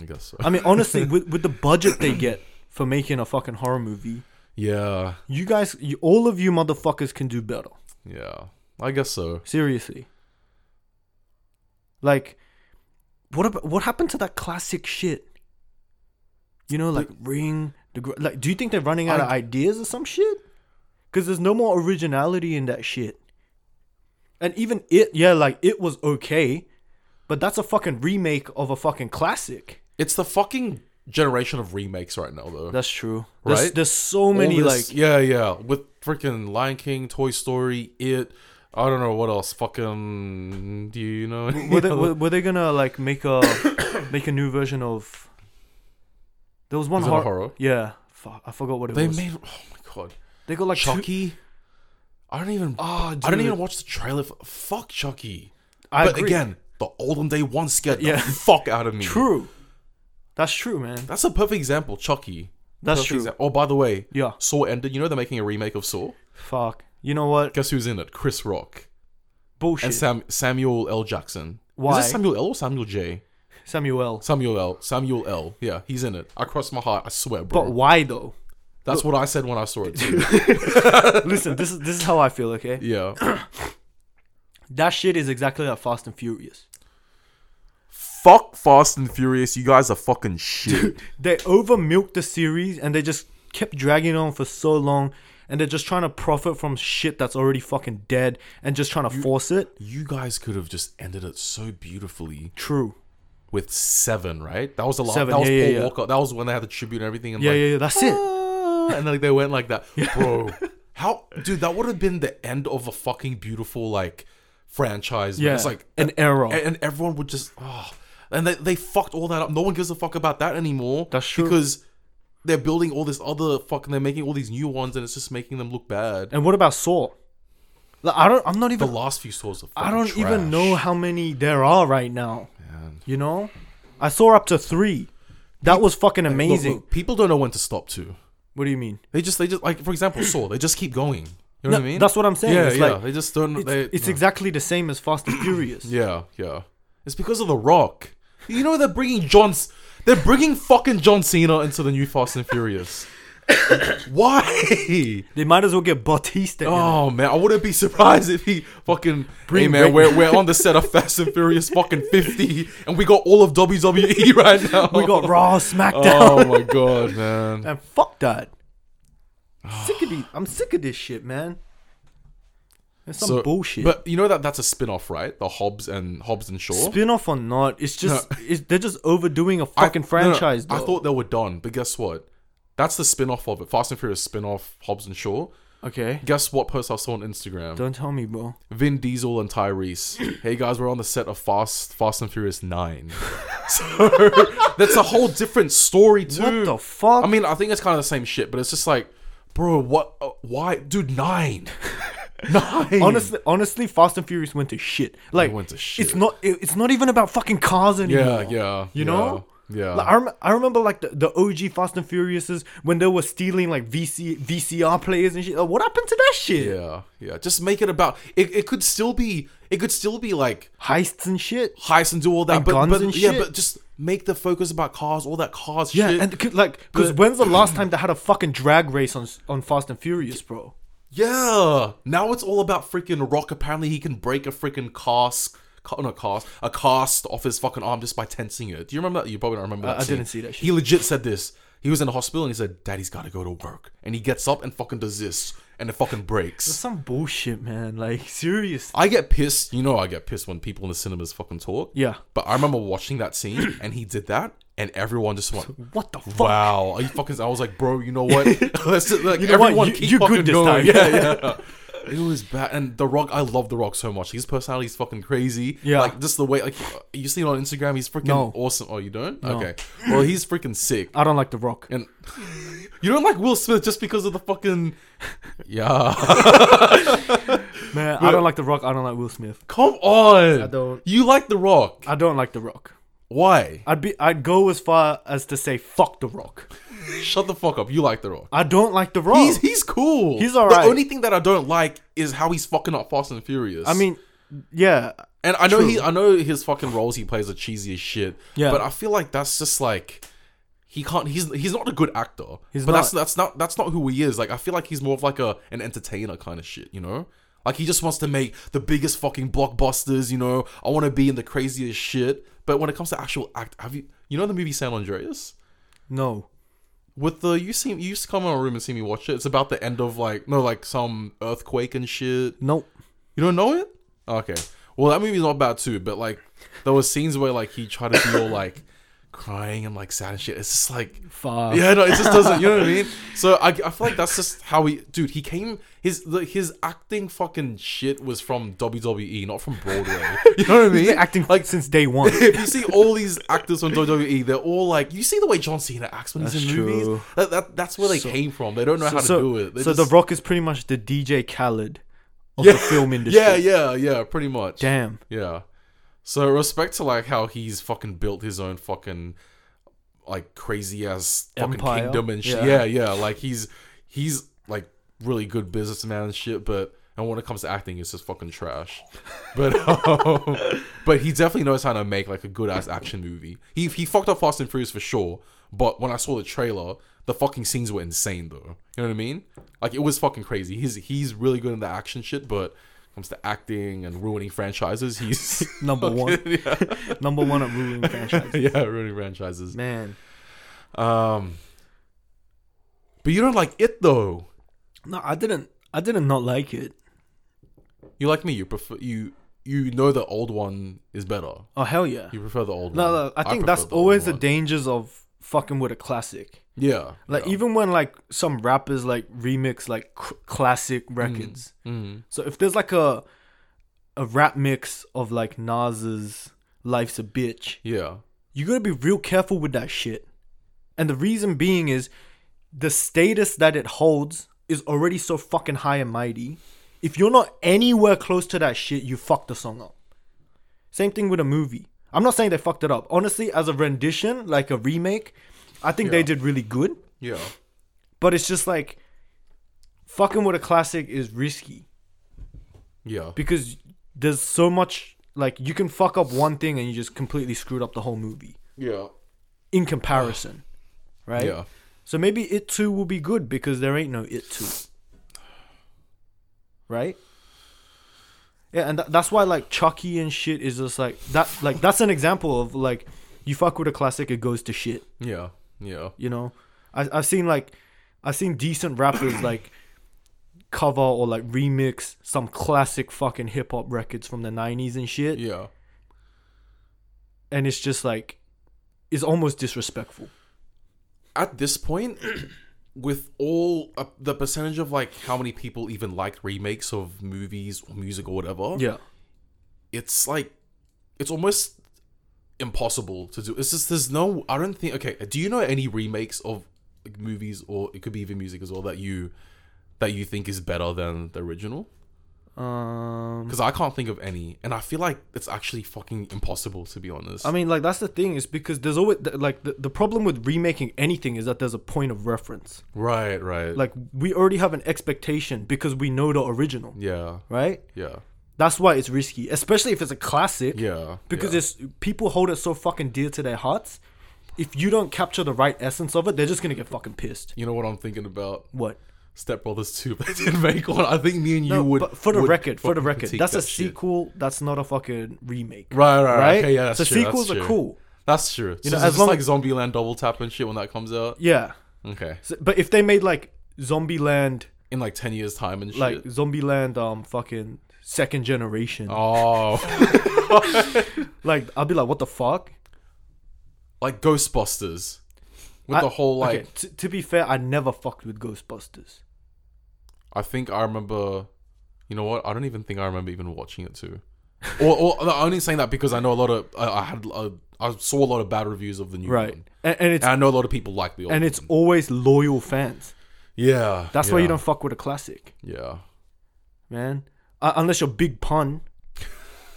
S1: I guess so.
S2: I mean, honestly, with, with the budget they get for making a fucking horror movie,
S1: yeah,
S2: you guys, you, all of you motherfuckers can do better.
S1: yeah, I guess so.
S2: Seriously. Like, what about what happened to that classic shit? You know, like Ring. The Gr- like, do you think they're running out of
S1: I-
S2: ideas or some shit? Because there's no more originality in that shit. And even it, yeah, like it was okay, but that's a fucking remake of a fucking classic.
S1: It's the fucking generation of remakes right now, though.
S2: That's true. There's,
S1: Right?
S2: There's so
S1: All
S2: many
S1: this-
S2: like
S1: yeah, yeah, with freaking Lion King, Toy Story, It. I don't know what else. Fucking, do you know?
S2: were they, were, were they gonna like make a make a new version of? There was one
S1: Was it a
S2: hor-
S1: horror?
S2: Yeah, fuck, I forgot what it
S1: they
S2: was.
S1: made. Oh my god,
S2: they got like Chucky.
S1: Chucky. I don't even.
S2: Ah,
S1: I don't
S2: dude.
S1: even watch the trailer. For, fuck Chucky.
S2: I
S1: but
S2: agree.
S1: again, the olden day one scared
S2: Yeah.
S1: the fuck out of me.
S2: True. That's true, man.
S1: That's a perfect example, Chucky.
S2: That's
S1: Perfect
S2: true.
S1: exa- oh, by the way,
S2: Yeah.
S1: Saw ended. You know they're making a remake of Saw.
S2: Fuck. You know what?
S1: Guess who's in it? Chris Rock
S2: Bullshit.
S1: and Sam Samuel L. Jackson.
S2: Why?
S1: Is this Samuel L. or Samuel J?
S2: Samuel.
S1: Samuel L. Samuel L. Yeah, he's in it. I crossed my heart. I swear, bro.
S2: But why though?
S1: That's what I said when I saw it. Too.
S2: Listen, this is this is how I feel. Okay,
S1: yeah.
S2: that shit is exactly like Fast and Furious.
S1: Fuck Fast and Furious. You guys are fucking shit.
S2: They over milked the series and they just kept dragging on for so long, and they're just trying to profit from shit that's already fucking dead and just trying to force it.
S1: you guys could have just ended it so beautifully.
S2: True.
S1: with seven, right? That was the last.
S2: Seven,
S1: that was
S2: yeah, yeah,
S1: Paul
S2: yeah.
S1: Walker. That was when they had the tribute and everything. And
S2: Yeah,
S1: like,
S2: yeah, yeah. That's it.
S1: "Ah," and like they went like that, bro. How, dude? That would have been the end of a fucking beautiful like franchise. man.
S2: Yeah,
S1: it's like eh,
S2: an era.
S1: and, and everyone would just oh, and they they fucked all that up. No one gives a fuck about that anymore.
S2: That's true.
S1: Because they're building all this other fucking. They're making all these new ones, and it's just making them look bad.
S2: And what about Saw? Like, I don't. I'm not
S1: The
S2: even.
S1: last few stores are.
S2: I
S1: fucking
S2: don't even
S1: trash.
S2: know how many there are right now.
S1: Man.
S2: You know, I saw up to three. That was fucking
S1: Look,
S2: amazing.
S1: look, people don't know when to stop too.
S2: What do you mean?
S1: They just they just like for example Saw. They just keep going. You know what I
S2: No,
S1: mean?
S2: that's what I'm saying.
S1: Yeah,
S2: It's
S1: yeah.
S2: like-
S1: they just don't.
S2: It's,
S1: they,
S2: it's
S1: no.
S2: exactly the same as Fast and Furious.
S1: yeah, yeah. It's because of The Rock. You know they're bringing John's. They're bringing fucking John Cena into the new Fast and Furious. Why?
S2: They might as well get Bautista. in it.
S1: Oh man, I wouldn't be surprised if he fucking. hey
S2: Bring
S1: man, we're,
S2: Rick-
S1: we're on the set of Fast and Furious fucking fifty, and we got all of WWE right now.
S2: we got Raw, SmackDown,
S1: Oh my god, man.
S2: and fuck that. sick of these. I'm sick of this shit, man. It's some
S1: So-
S2: bullshit.
S1: But you know that that's a spin off, right? The Hobbs and Hobbs and Shaw.
S2: Spin off or not, it's just it's, they're just overdoing a
S1: I-
S2: fucking
S1: no, no, no.
S2: franchise.
S1: I
S2: though.
S1: thought they were done, but guess what? That's the spin off of it. Fast and Furious spin off Hobbs and Shaw.
S2: Okay.
S1: Guess what post I saw on Instagram?
S2: Don't tell me, bro.
S1: Vin Diesel and Tyrese. hey guys, we're on the set of Fast Fast and Furious Nine. so that's a whole different story too.
S2: What the fuck?
S1: I mean, I think it's kind of the same shit, but it's just like, bro, what? Uh, why, dude? Nine, nine.
S2: honestly, honestly, Fast and Furious went to shit. Like
S1: went to
S2: It's
S1: shit.
S2: not. it- it's not even about fucking cars
S1: yeah,
S2: anymore.
S1: yeah.
S2: You know?
S1: yeah. yeah.
S2: Like, I, rem- I remember like the, the OG Fast and Furiouses when they were stealing like VC VCR players and shit. Like, what happened to that shit?
S1: yeah, yeah. Just make it about it. It could still be. It could still be like
S2: Heists and shit.
S1: heists and do all that, but,
S2: guns
S1: but
S2: and
S1: yeah,
S2: shit.
S1: but just make the focus about cars, all that cars
S2: Yeah,
S1: shit.
S2: and c- like, because
S1: But-
S2: when's the last time they had a fucking drag race on s- on Fast and Furious, bro?
S1: yeah. Now it's all about freaking Rock. Apparently, he can break a freaking cast. ca- No, cast a cast off his fucking arm just by tensing it. Do you remember that? You probably don't remember that.
S2: I
S1: scene.
S2: didn't see that shit.
S1: He legit said this. He was in the hospital and he said, "Daddy's got to go to work," and he gets up and fucking does this, and it fucking breaks.
S2: Some bullshit, man. Like, serious.
S1: I get pissed. You know, I get pissed when people in the cinemas fucking talk.
S2: Yeah.
S1: But I remember watching that scene and he did that, and everyone just went,
S2: What the fuck?
S1: "Wow, are you fucking?" I was like, "Bro, you know what? Let's just, like
S2: You know what?
S1: everyone
S2: You-
S1: keep
S2: you're good
S1: fucking going."
S2: this time.
S1: Yeah, yeah. It was bad, and The Rock. I love The Rock so much. His personality's fucking crazy.
S2: Yeah.
S1: like just the way. Like you see it on Instagram, he's freaking
S2: No.
S1: awesome. Oh, you don't? Okay. Well, he's freaking sick.
S2: I don't like The Rock.
S1: And you don't like Will Smith just because of the fucking yeah.
S2: Man, I don't like The Rock. I don't like Will Smith.
S1: Come on.
S2: I don't-
S1: You like The Rock.
S2: I don't like The Rock.
S1: Why?
S2: I'd be. I'd go as far as to say fuck The Rock.
S1: Shut the fuck up. You like The Rock.
S2: I don't like The Rock.
S1: He's he's cool.
S2: Oh. He's
S1: The
S2: alright.
S1: only thing that I don't like is how he's fucking up Fast and Furious.
S2: I mean, yeah.
S1: and I know he I know his fucking roles he plays are cheesy as shit.
S2: Yeah.
S1: But I feel like that's just like he can't he's he's not a good actor.
S2: He's
S1: but
S2: not.
S1: that's that's not that's not who he is. Like I feel like he's more of like a an entertainer kind of shit, you know? Like he just wants to make the biggest fucking blockbusters, you know. I want to be in the craziest shit. But when it comes to actual act, have you you know the movie San Andreas?
S2: No.
S1: With the you see you used to come in my room and see me watch it. It's about the end of like no like some earthquake and shit.
S2: Nope.
S1: You don't know it? Okay. Well, that movie's not bad too, but like there were scenes where like he tried to be all like crying and like sad and shit. It's just like
S2: Fuck.
S1: yeah, no, it just doesn't. You know what I mean? So I, I feel like that's just how he, dude. He came his the, his acting fucking shit was from WWE, not from Broadway. You know what I mean?
S2: acting like since day one.
S1: if you see all these actors from WWE, E, they're all like, you see the way John Cena acts when he's
S2: That's
S1: in
S2: true.
S1: movies. That, that, that's where they came from. They don't know how to
S2: so,
S1: do it. They
S2: so
S1: just-
S2: The Rock is pretty much the DJ Khaled of the film industry.
S1: yeah, yeah, yeah, pretty much.
S2: Damn.
S1: Yeah. So respect to like how he's fucking built his own fucking like crazy ass fucking
S2: Empire.
S1: kingdom and shit. Yeah.
S2: Yeah.
S1: yeah, Like he's he's like really good businessman and shit, but and when it comes to acting, it's just fucking trash. But um, but he definitely knows how to make like a good ass action movie. He he fucked up Fast and Furious for sure. But when I saw the trailer, the fucking scenes were insane though. You know what I mean? Like it was fucking crazy. He's he's really good in the action shit, but when it comes to acting and ruining franchises, he's
S2: Number one. Number one at ruling franchise.
S1: yeah ruining franchises.
S2: Man.
S1: Um, but you don't like it though.
S2: No, I didn't. I didn't not like it.
S1: You like me. You prefer you. You know the old one is better.
S2: Oh hell yeah.
S1: You prefer the old
S2: No,
S1: one.
S2: no I think
S1: prefer
S2: that's
S1: the old
S2: always the
S1: one.
S2: dangers of fucking with a classic.
S1: Yeah.
S2: Like
S1: yeah.
S2: even when like some rappers like remix like c- classic
S1: Mm.
S2: records.
S1: Mhm.
S2: So if there's like a a rap mix of like Nas's "Life's a Bitch,"
S1: Yeah.
S2: you gotta be real careful with that shit. And the reason being is the status that it holds is already so fucking high and mighty. If you're not anywhere close to that shit, you fucked the song up. Same thing with a movie. I'm not saying they fucked it up. Honestly, as a rendition, like a remake, I think they did really good.
S1: Yeah.
S2: But it's just like fucking with a classic is risky
S1: Yeah.
S2: because there's so much like you can fuck up one thing and you just completely screwed up the whole movie
S1: yeah.
S2: in comparison, right?
S1: Yeah.
S2: So maybe it too will be good because there ain't no it too, right? Yeah, and tha- that's why like Chucky and shit is just like that. Like that's an example of like you fuck with a classic, it goes to shit.
S1: Yeah. Yeah.
S2: You know, I I've seen like I've seen decent rappers like cover or like remix some classic fucking hip hop records from the 90s and shit.
S1: Yeah.
S2: And it's just like, it's almost disrespectful.
S1: At this point, with all uh, the percentage of like how many people even like remakes of movies or music or whatever,
S2: Yeah.
S1: it's like it's almost impossible to do. It's just there's no. I don't think. Okay, do you know any remakes of like, movies or it could be even music as well that you that you think is better than the original?
S2: Um, Mm.
S1: Because I can't think of any, and I feel like it's actually fucking impossible to be honest.
S2: I mean, like, that's the thing, is because there's always, th- like, the, the problem with remaking anything is that there's a point of reference.
S1: right, right.
S2: Like, we already have an expectation because we know the original,
S1: yeah,
S2: right?
S1: yeah,
S2: That's why it's risky, especially if it's a classic.
S1: yeah.
S2: because
S1: yeah.
S2: it's people hold it so fucking dear to their hearts. If you don't capture the right essence of it, they're just gonna get fucking pissed.
S1: you know what I'm thinking about.
S2: What?
S1: Step Brothers 2, but they didn't make one. I think me and you would.
S2: but for the
S1: would
S2: record, for the
S1: fucking
S2: record,
S1: critique
S2: that's a
S1: that shit.
S2: sequel. That's not a fucking remake,
S1: Right, right, right.
S2: right?
S1: Okay, yeah, that's
S2: so
S1: true,
S2: sequels
S1: that's
S2: are
S1: true.
S2: cool.
S1: That's true. You
S2: know,
S1: know,
S2: as
S1: as
S2: long-
S1: like Zombieland double tap and shit when that comes out.
S2: Yeah,
S1: Okay.
S2: So- but if they made like Zombieland,
S1: In like 10 years' time and shit.
S2: like Zombieland, um, fucking second generation,
S1: oh.
S2: like I'll be like, what the fuck?
S1: like Ghostbusters. With
S2: I-
S1: the whole like.
S2: okay, t- to be fair, I never fucked with Ghostbusters.
S1: I think I remember. You know what? I don't even think I remember even watching it too. or, or I'm only saying that because I know a lot of. I, I had. uh, I saw a lot of bad reviews of the new
S2: Right,
S1: one.
S2: and, and it's
S1: And I know a lot of people like the old
S2: and it's always loyal fans.
S1: Yeah.
S2: That's why you
S1: yeah,
S2: don't fuck with a classic.
S1: Yeah.
S2: man. Uh, unless you're Big Pun.
S1: I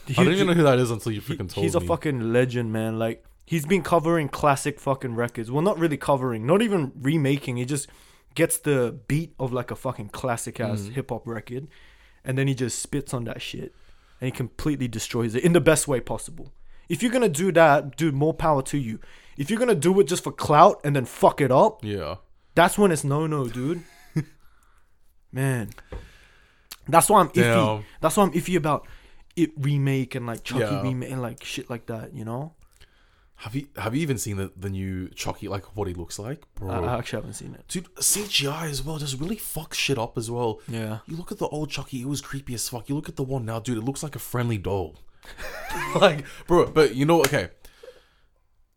S1: didn't even know who that is until you freaking told
S2: he's
S1: me.
S2: a fucking legend, man. Like he's been covering classic fucking records. Well, not really covering, not even remaking. He just gets the beat of like a fucking classic ass
S1: Mm.
S2: hip hop record, and then he just spits on that shit, and he completely destroys it in the best way possible. If you're gonna do that, dude, more power to you. If you're gonna do it just for clout and then fuck it up,
S1: Yeah.
S2: that's when it's no no, dude. Man, that's why I'm iffy.
S1: Damn.
S2: That's why I'm iffy about it remake and like Chucky
S1: Yeah.
S2: remake and like shit like that. You know,
S1: Have you have you even seen the, the new Chucky like what he looks like, bro?
S2: I, I actually haven't seen it.
S1: Dude, CGI as well just really fucks shit up as well.
S2: Yeah.
S1: You look at the old Chucky, it was creepy as fuck. You look at the one now, dude, it looks like a friendly doll. like, bro, but you know, okay.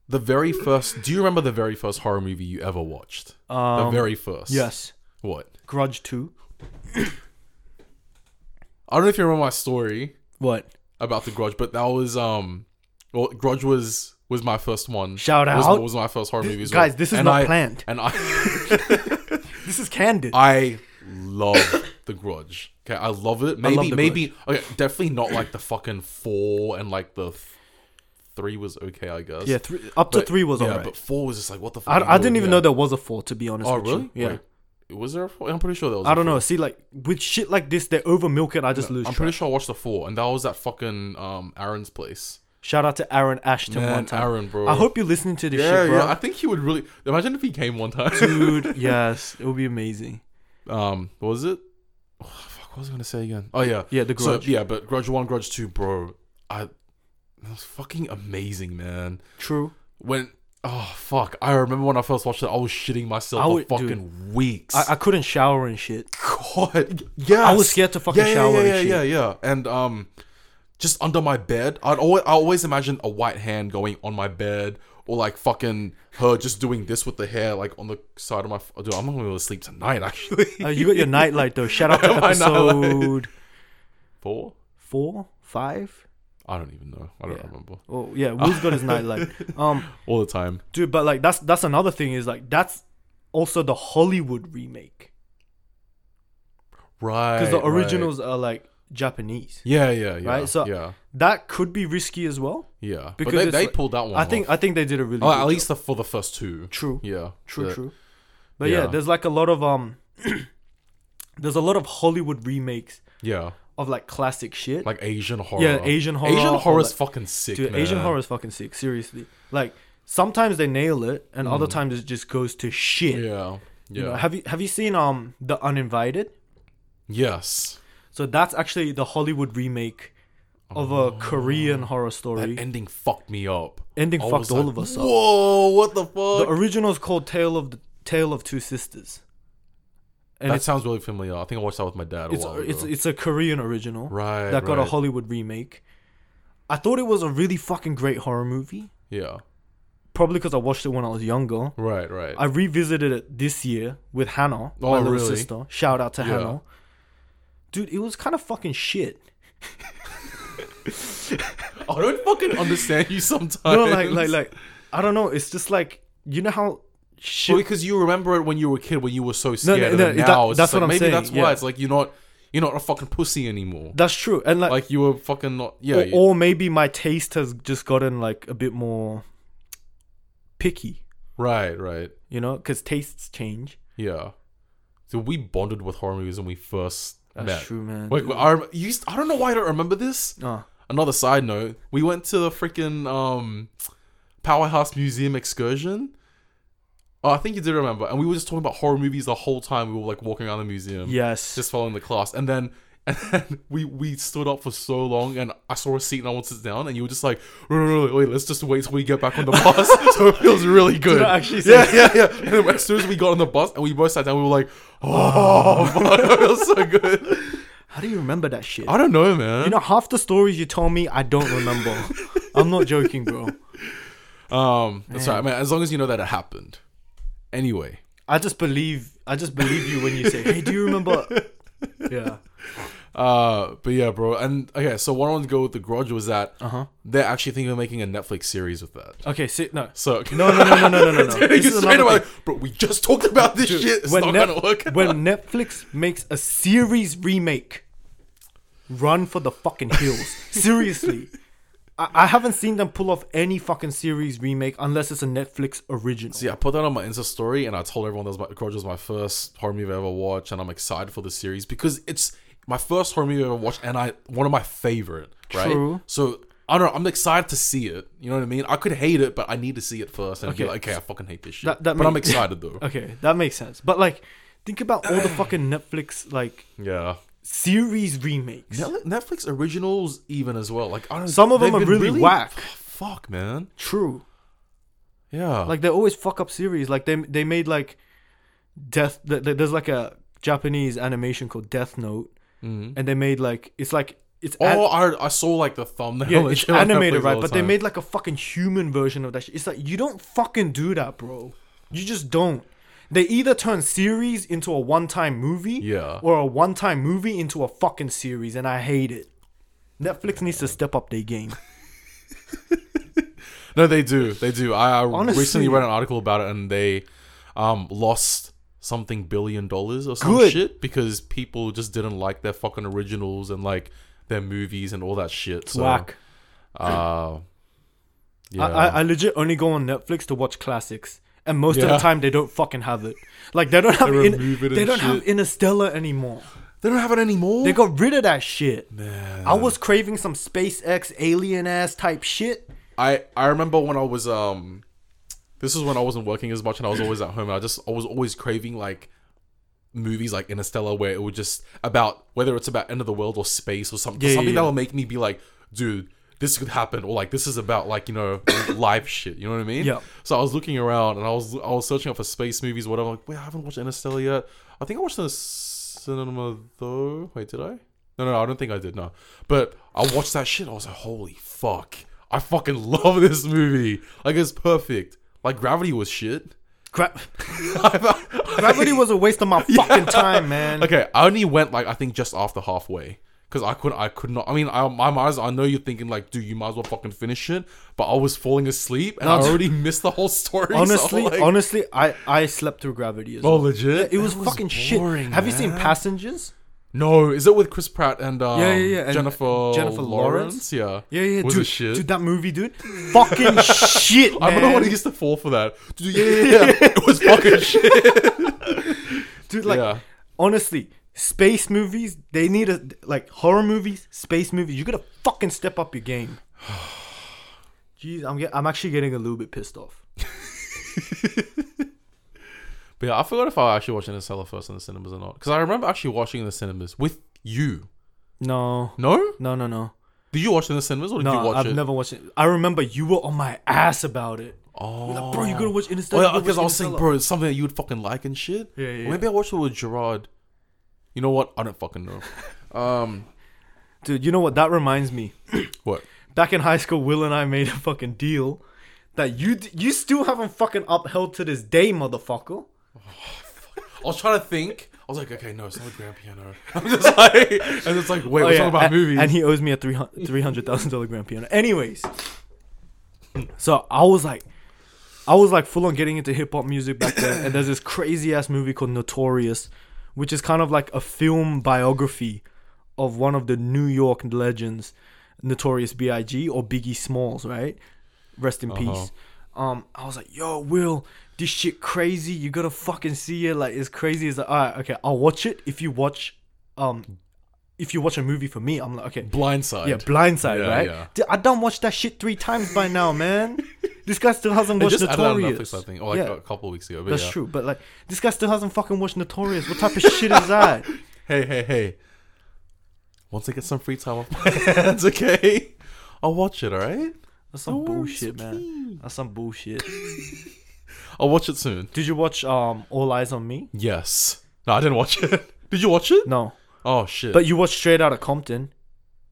S1: The very first, do you remember the very first horror movie you ever watched? the very first.
S2: Um, Yes,
S1: What?
S2: Grudge Two.
S1: I don't know if you remember my story
S2: What?
S1: about the Grudge, but that was um, well, Grudge was was my first one.
S2: Shout
S1: was,
S2: out.
S1: was my first horror movie. as
S2: guys,
S1: well.
S2: this is
S1: And
S2: not
S1: I-
S2: planned.
S1: And I.
S2: This is candid.
S1: I love the Grudge. Okay, I love it. Maybe,
S2: love The
S1: maybe, okay, definitely not like the fucking four and like the th- three was okay, I guess.
S2: yeah, three, up to
S1: But-
S2: three was
S1: yeah,
S2: alright.
S1: but four was just like what the. fuck
S2: I, I didn't even know there was a four, to be honest.
S1: Oh
S2: with
S1: really?
S2: You. Yeah.
S1: Wait, was there a four? I'm pretty sure there was.
S2: I don't know. See, like with shit like this, they over milk it. I just lose
S1: I'm
S2: track.
S1: pretty sure I watched the four, and that was at fucking um Aaron's place.
S2: Shout out to Aaron Ashton
S1: Man,
S2: one time.
S1: Aaron, bro.
S2: I hope you're listening to this
S1: Yeah,
S2: shit, bro.
S1: yeah. I think he would really imagine if he came one time.
S2: Dude, yes, it would be amazing.
S1: um, what was it? Oh, fuck, what was I gonna say again? Oh yeah,
S2: Yeah, the Grudge.
S1: So, yeah, but Grudge One, Grudge Two, bro. I that was fucking amazing, man.
S2: True.
S1: When oh fuck, I remember when I first watched it, I was shitting myself
S2: I
S1: for
S2: would-
S1: fucking weeks.
S2: I, I couldn't shower and shit.
S1: God, yes.
S2: I was scared to fucking
S1: yeah, yeah,
S2: shower
S1: Yeah,
S2: and
S1: yeah,
S2: shit.
S1: yeah, yeah. And um, just under my bed, I'd always I always imagine a white hand going on my bed. Or like fucking her just doing this with the hair like on the side of my. F- Dude, I'm not gonna be able to sleep tonight. Actually,
S2: Uh, you got your nightlight though. Shout out to
S1: My nightlight.
S2: episode
S1: four.
S2: four, five.
S1: I don't even know. I don't
S2: Yeah.
S1: remember
S2: Oh yeah, Will's got his nightlight. Um,
S1: all the time.
S2: dude, but like that's that's another thing is like that's also the Hollywood remake
S1: Right.
S2: because the
S1: right.
S2: originals are like Japanese.
S1: Yeah, yeah, yeah.
S2: Right, so-
S1: yeah,
S2: That could be risky as well.
S1: yeah. Because
S2: because
S1: but they,
S2: it's
S1: they
S2: like-
S1: pulled that one.
S2: I think
S1: off.
S2: I think they did a really
S1: Uh-huh. Oh,
S2: good
S1: at least the, for the first two.
S2: job. true.
S1: Yeah.
S2: True,
S1: the-
S2: true. But yeah.
S1: yeah.
S2: there's like a lot of um, there's a lot of Hollywood remakes
S1: Yeah.
S2: of like classic shit.
S1: Like Asian horror.
S2: Yeah, Asian horror
S1: Asian
S2: or
S1: horror's
S2: like-
S1: fucking sick.
S2: Dude,
S1: man.
S2: Asian horror is fucking sick. Seriously, like sometimes they nail it, and other times it just goes to shit.
S1: Mm. Yeah. Yeah.
S2: You know, have you have you seen um the Uninvited?
S1: yes.
S2: So that's actually the Hollywood remake of a Korean horror story.
S1: Oh. That ending fucked me up.
S2: Ending
S1: I was
S2: fucked all
S1: like,
S2: of us up.
S1: Whoa! What the
S2: The
S1: fuck?
S2: original's called Tale of the Tale of Two Sisters. and
S1: that
S2: it's
S1: sounds really familiar. I think I watched that with my dad a
S2: it's
S1: while ago.
S2: it's it's a Korean original
S1: right.
S2: that got a
S1: right.
S2: Hollywood remake. I thought it was a really fucking great horror movie,
S1: Yeah.
S2: probably because I watched it when I was younger.
S1: Right. Right.
S2: I revisited it this year with Hannah,
S1: Oh,
S2: my little
S1: really?
S2: sister. Shout out to
S1: Yeah.
S2: Hannah. Dude, it was kind of fucking shit.
S1: I don't fucking understand you sometimes.
S2: No, like like like I don't know. It's just like you know how shit.
S1: Well, because you remember it when you were a kid, when you were so scared.
S2: no,
S1: and
S2: no,
S1: then
S2: that-
S1: now it's
S2: that's
S1: just like,
S2: what I'm
S1: maybe
S2: saying,
S1: that's why
S2: yeah.
S1: it's like you're not you're not a fucking pussy anymore.
S2: that's true, and like,
S1: Like you were fucking not. Yeah.
S2: or,
S1: you-
S2: or maybe my taste has just gotten like a bit more picky,
S1: right. Right.
S2: you know, because tastes change.
S1: Yeah. So we bonded with horror movies when we first
S2: That's
S1: met.
S2: true, man.
S1: Wait, I, rem- you used, I don't know why I don't remember this.
S2: Ah,
S1: Another side note: we went to the freaking um, Powerhouse Museum excursion. Oh, I think you did remember, and we were just talking about horror movies the whole time. We were like walking around the museum,
S2: yes.
S1: just following the class, and then and then we we stood up for so long, and I saw a seat and I wanted to sit down, and you were just like, "No, no, no, wait, let's just wait till we get back on the bus, so it feels really good.
S2: I actually say
S1: yeah, yeah, yeah. And then as soon as we got on the bus and we both sat down, we were like, "Oh, fuck, it feels so good."
S2: how do you remember that shit?
S1: I don't know, man.
S2: you know, half the stories you told me, I don't remember. I'm not joking, bro.
S1: Um, that's right. I mean, as long as you know that it happened. Anyway,
S2: I just believe. I just believe you when you say, "Hey, do you remember?" Yeah.
S1: uh, but yeah, bro. And okay, so what I wanted to go with the Grudge was that
S2: Uh-huh.
S1: they're actually thinking of making a Netflix series with that.
S2: Okay. Sit. No.
S1: So
S2: No. No. No. No. No. No. No. no.
S1: you
S2: This is
S1: straight
S2: another
S1: away,
S2: thing.
S1: like, bro. We just talked about this
S2: Dude,
S1: shit. It's
S2: when
S1: not
S2: Net-
S1: gonna work.
S2: when Netflix makes a series remake, run for the fucking hills. Seriously. I, I haven't seen them pull off any fucking series remake unless it's a Netflix original.
S1: So yeah, I put that on my Insta story, and I told everyone that was my Grudge was my first horror movie I ever watched, and I'm excited for the series because it's my first horror movie I ever watched, and I one of my favorite. Right.
S2: True.
S1: So I don't know. I'm excited to see it. You know what I mean? I could hate it, but I need to see it first, and be
S2: Okay.
S1: like, okay, I fucking hate this shit.
S2: That- that
S1: but I'm
S2: makes-
S1: excited though.
S2: Okay, that makes sense. But like, think about all the fucking Netflix like
S1: Yeah.
S2: series remakes.
S1: Net- Netflix originals, even as well. Like I don't.
S2: Some of them
S1: they've
S2: are
S1: been
S2: really whack.
S1: f- Fuck, man.
S2: True.
S1: Yeah.
S2: Like they always fuck up series. Like they they made like death. th- th- There's like a Japanese animation called Death Note,
S1: Mhm.
S2: and they made like it's like it's an-
S1: Oh, I, I saw like the thumbnail.
S2: yeah,
S1: and
S2: it's
S1: shit on Netflix
S2: animated,
S1: all
S2: right?
S1: the
S2: But they
S1: time.
S2: made like a fucking human version of that shit. It's like you don't fucking do that, bro. You just don't. They either turn series into a one-time movie,
S1: Yeah.
S2: or a one-time movie into a fucking series, and I hate it. Netflix needs to step up their game.
S1: No, they do. They do. I, I
S2: Honestly.
S1: recently read an article about it, and they um lost something billion dollars or some
S2: Good.
S1: shit because people just didn't like their fucking originals and like their movies and all that shit. So,
S2: Whack.
S1: Uh, yeah.
S2: I, I, I legit only go on Netflix to watch classics, and most of the
S1: Yeah.
S2: time they don't fucking have it. Like they don't have
S1: They
S2: in,
S1: remove it
S2: they
S1: and
S2: don't have
S1: shit.
S2: Interstellar anymore.
S1: they don't have it anymore.
S2: They got rid of that shit.
S1: Man.
S2: I was craving some SpaceX alien ass type shit.
S1: I I remember when I was um, this is when I wasn't working as much and I was always at home. And I just I was always craving like movies like Interstellar where it would just about whether it's about end of the world or space or something
S2: Yeah, yeah,
S1: something that
S2: yeah.
S1: will make me be like, dude, this could happen or like this is about like you know life shit. You know what I mean?
S2: Yeah.
S1: So I was looking around and I was I was searching up for space movies. What I'm like, wait, I haven't watched Interstellar yet. I think I watched it in the cinema though. Wait, did I? No, no, no, I don't think I did. No, but I watched that shit. I was like, holy fuck! I fucking love this movie. Like it's perfect. Like Gravity was shit.
S2: Gra- Gravity was a waste of my fucking time, man.
S1: Okay, I only went like I think just after halfway because I could I could not. I mean, I, I might as I know you're thinking like, dude, you might as well fucking finish it. But I was falling asleep and I
S2: No,
S1: already missed the whole story. so,
S2: honestly,
S1: like-
S2: honestly, I I slept through Gravity as
S1: oh
S2: well.
S1: legit,
S2: It was, fucking shit.
S1: boring,
S2: Have you seen
S1: man.
S2: Passengers?
S1: No, is it with Chris Pratt and um,
S2: Yeah, yeah, yeah, and
S1: Jennifer
S2: Jennifer Lawrence?
S1: Yeah,
S2: Yeah, yeah,
S1: was
S2: dude,
S1: it shit?
S2: dude, that movie, dude, fucking shit, man.
S1: I remember when he used to fall for that. Dude, yeah, yeah, yeah. it was fucking shit.
S2: dude like
S1: Yeah.
S2: honestly space movies they need a like horror movies space movies you gotta fucking step up your game jeez i'm get, i'm actually getting a little bit pissed off
S1: But yeah, I forgot if I actually watched Interstellar first in the cinemas or not because I remember actually watching it in the cinemas with you.
S2: no
S1: No,
S2: no no no
S1: did you watch it in the cinemas or did you
S2: no
S1: watch
S2: i've
S1: it?
S2: never watched it i remember you were on my ass about it
S1: Oh,
S2: Like, bro, you gotta watch
S1: Oh,
S2: Interstellar.
S1: yeah,
S2: you gotta
S1: because I
S2: watch
S1: was saying,
S2: Interstellar.
S1: bro, it's something that you would fucking like and shit.
S2: Yeah, yeah,
S1: Maybe I watched it with Gerard. You know what? I don't fucking know. um,
S2: dude, you know what? That reminds me.
S1: what?
S2: Back in high school, Will and I made a fucking deal that you d- you still haven't fucking upheld to this day, motherfucker.
S1: I was trying to think. I was like, okay, no, it's not a grand piano. I'm just like, and it's like, wait, we're talking about
S2: and,
S1: movies.
S2: Oh, And he owes me a three hundred thousand dollar grand piano. Anyways, so I was like, I was like full on getting into hip hop music back then. and there's this crazy ass movie called Notorious, which is kind of like a film biography of one of the New York legends, Notorious B.I.G. or Biggie Smalls. Right, rest
S1: Uh-huh.
S2: in peace. Um, I was like, yo, Will. This shit crazy. You gotta fucking see it. Like it's crazy. It's like, all right, okay. I'll watch it if you watch, um, if you watch a movie for me, I'm like, okay,
S1: Blindside.
S2: yeah, Blindside,
S1: Yeah,
S2: right?
S1: yeah.
S2: Dude, I done watched that shit three times by now, man. this guy still hasn't
S1: They
S2: watched
S1: just added that on
S2: Notorious.
S1: Netflix, I think, or like
S2: yeah,
S1: a couple of weeks ago. But
S2: that's
S1: yeah.
S2: true. But like, this guy still hasn't fucking watched Notorious. What type of shit is that?
S1: Hey, hey, hey. Once I get some free time off my hands, okay, I'll watch it. All right.
S2: That's some
S1: No worries,
S2: bullshit, man.
S1: okay.
S2: That's some bullshit.
S1: I'll watch it soon.
S2: Did you watch um All Eyes on Me?
S1: Yes. No, I didn't watch it. Did you watch it?
S2: No,
S1: Oh shit.
S2: but you watched Straight Outta Compton.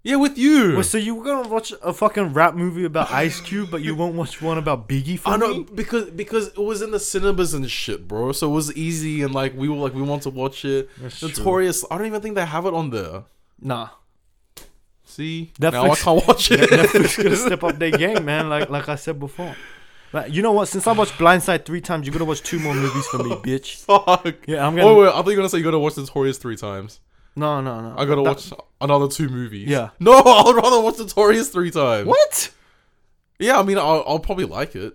S1: yeah, with you.
S2: Well, so you were gonna watch a fucking rap movie about Ice Cube, but you won't watch one about Biggie for
S1: I know
S2: me?
S1: because because it was in the cinemas and shit, bro. So it was easy and like we were like we want to watch it.
S2: That's true.
S1: Notorious. I don't even think they have it on there.
S2: Nah.
S1: See, now I
S2: Netflix-
S1: can't watch it.
S2: Netflix gonna step up their game, man. Like like I said before. Like, you know what? Since I watched Blindside three times, you're gonna watch two more movies for me, bitch.
S1: Fuck.
S2: Yeah, I'm gonna.
S1: Oh wait, I thought you were gonna say you gotta watch Notorious three times.
S2: no, no, no.
S1: I gotta
S2: That-
S1: watch another two movies.
S2: Yeah.
S1: No, I'd rather watch Notorious three times.
S2: What?
S1: Yeah, I mean, I'll, I'll probably like it.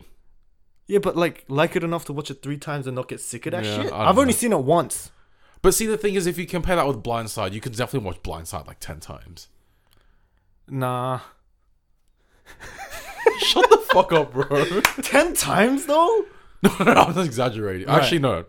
S2: Yeah, but like, like it enough to watch it three times and not get sick of that
S1: Yeah,
S2: shit.
S1: I don't
S2: I've only
S1: know.
S2: seen it once.
S1: But see, the thing is, if you compare that with Blindside, you can definitely watch Blindside like ten times.
S2: Nah.
S1: Shut the fuck up, bro.
S2: Ten times though?
S1: no, no, I'm not exaggerating.
S2: Right.
S1: Actually, no.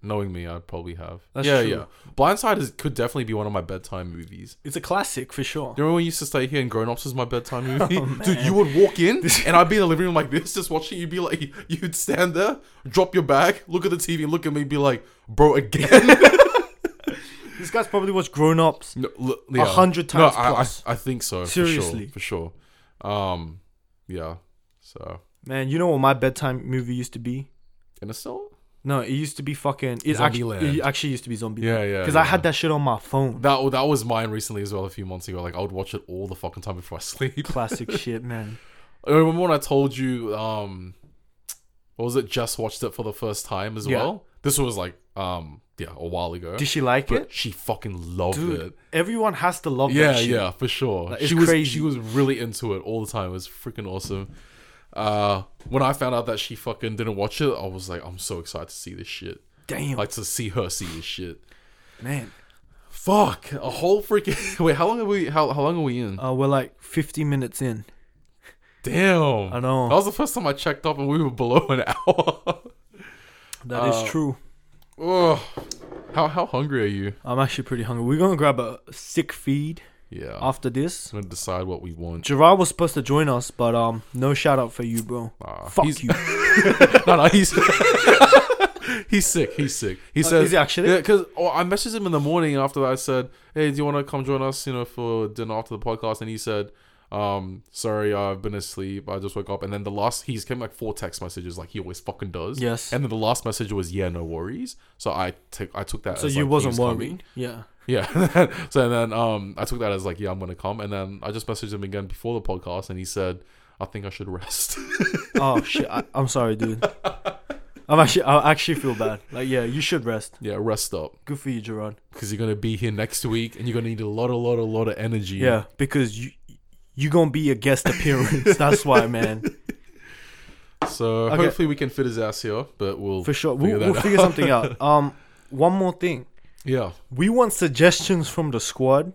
S1: Knowing me, I'd probably have.
S2: That's
S1: yeah,
S2: true.
S1: yeah. Blindside is, could definitely be one of my bedtime movies.
S2: It's a classic for sure.
S1: Do you remember when you used to stay here and Grown Ups was my bedtime movie? Dude,
S2: Oh, man.
S1: you would walk in and I'd be in the living room like this, just watching. You'd be like, you'd stand there, drop your bag, look at the TV, and look at me, be like, bro, again.
S2: This guy's probably watched Grown Ups.
S1: No, l-
S2: A hundred times
S1: I,
S2: plus.
S1: I, I think so.
S2: Seriously.
S1: Seriously, for sure. For sure. Um, yeah. So
S2: Man, you know what my bedtime movie used to be?
S1: in a cell.
S2: No, it used to be fucking. It's actually,
S1: Zombieland.
S2: it actually used to be Zombie.
S1: Yeah, yeah,
S2: Because I
S1: yeah.
S2: had that shit on my phone.
S1: That w- that was mine recently as well. A few months ago, like I would watch it all the fucking time before I sleep.
S2: Classic shit, man.
S1: I remember when I told you, um, what was it? Just watched it for the first time as
S2: Yeah.
S1: well. This was like, um, yeah, a while ago.
S2: Did she like
S1: but
S2: it?
S1: she fucking loved
S2: Dude,
S1: it.
S2: everyone has to love
S1: Yeah,
S2: that shit.
S1: yeah, for sure.
S2: That is
S1: she was
S2: crazy.
S1: she was really into it all the time. It was freaking awesome. Uh, when I found out that she fucking didn't watch it, I was like, I'm so excited to see this shit.
S2: Damn,
S1: Like to see her see this shit.
S2: man.
S1: Fuck, a whole freaking wait. How long are we? How how long are we in?
S2: Uh, we're like 50 minutes in.
S1: Damn,
S2: I know.
S1: That was the first time I checked up, and we were below an hour.
S2: That is
S1: uh,
S2: true.
S1: Ugh. How how hungry are you?
S2: I'm actually pretty hungry. We're gonna grab a sick feed
S1: Yeah, I'm
S2: after this.
S1: gonna decide what we want.
S2: Gerard was supposed to join us, but um, no shout out for you, bro.
S1: Ah,
S2: Fuck
S1: he's-
S2: you.
S1: no, no, he's he's sick. He's sick. He said,
S2: Oh, is he actually?
S1: Yeah, because I messaged him in the morning after that. I said, "Hey, do you want to come join us? You know, for dinner after the podcast?" And he said, "Um, sorry, I've been asleep. I just woke up." And then the last he's came like four text messages, like he always fucking does.
S2: Yes.
S1: And then the last message was, "Yeah, no worries." So I took I took that.
S2: So
S1: as,
S2: you
S1: like, he
S2: wasn't
S1: was
S2: worried.
S1: coming.
S2: Yeah.
S1: Yeah. so then um, I took that as like, "Yeah, I'm gonna come." And then I just messaged him again before the podcast, and he said, "I think I should rest."
S2: Oh shit. I, I'm sorry, dude. I'm actually. I actually feel bad. Like, yeah, you should rest.
S1: yeah, rest up.
S2: Good for you, Gerard.
S1: because you're gonna be here next week and you're gonna need a lot, a lot, a lot of energy.
S2: Yeah, because you you gonna be a guest appearance. That's why, man.
S1: So
S2: Okay.
S1: hopefully we can fit his ass here, but we'll
S2: For sure.
S1: Figure
S2: We'll,
S1: that
S2: we'll
S1: out.
S2: figure something out. Um, one more thing.
S1: yeah.
S2: We want suggestions from the squad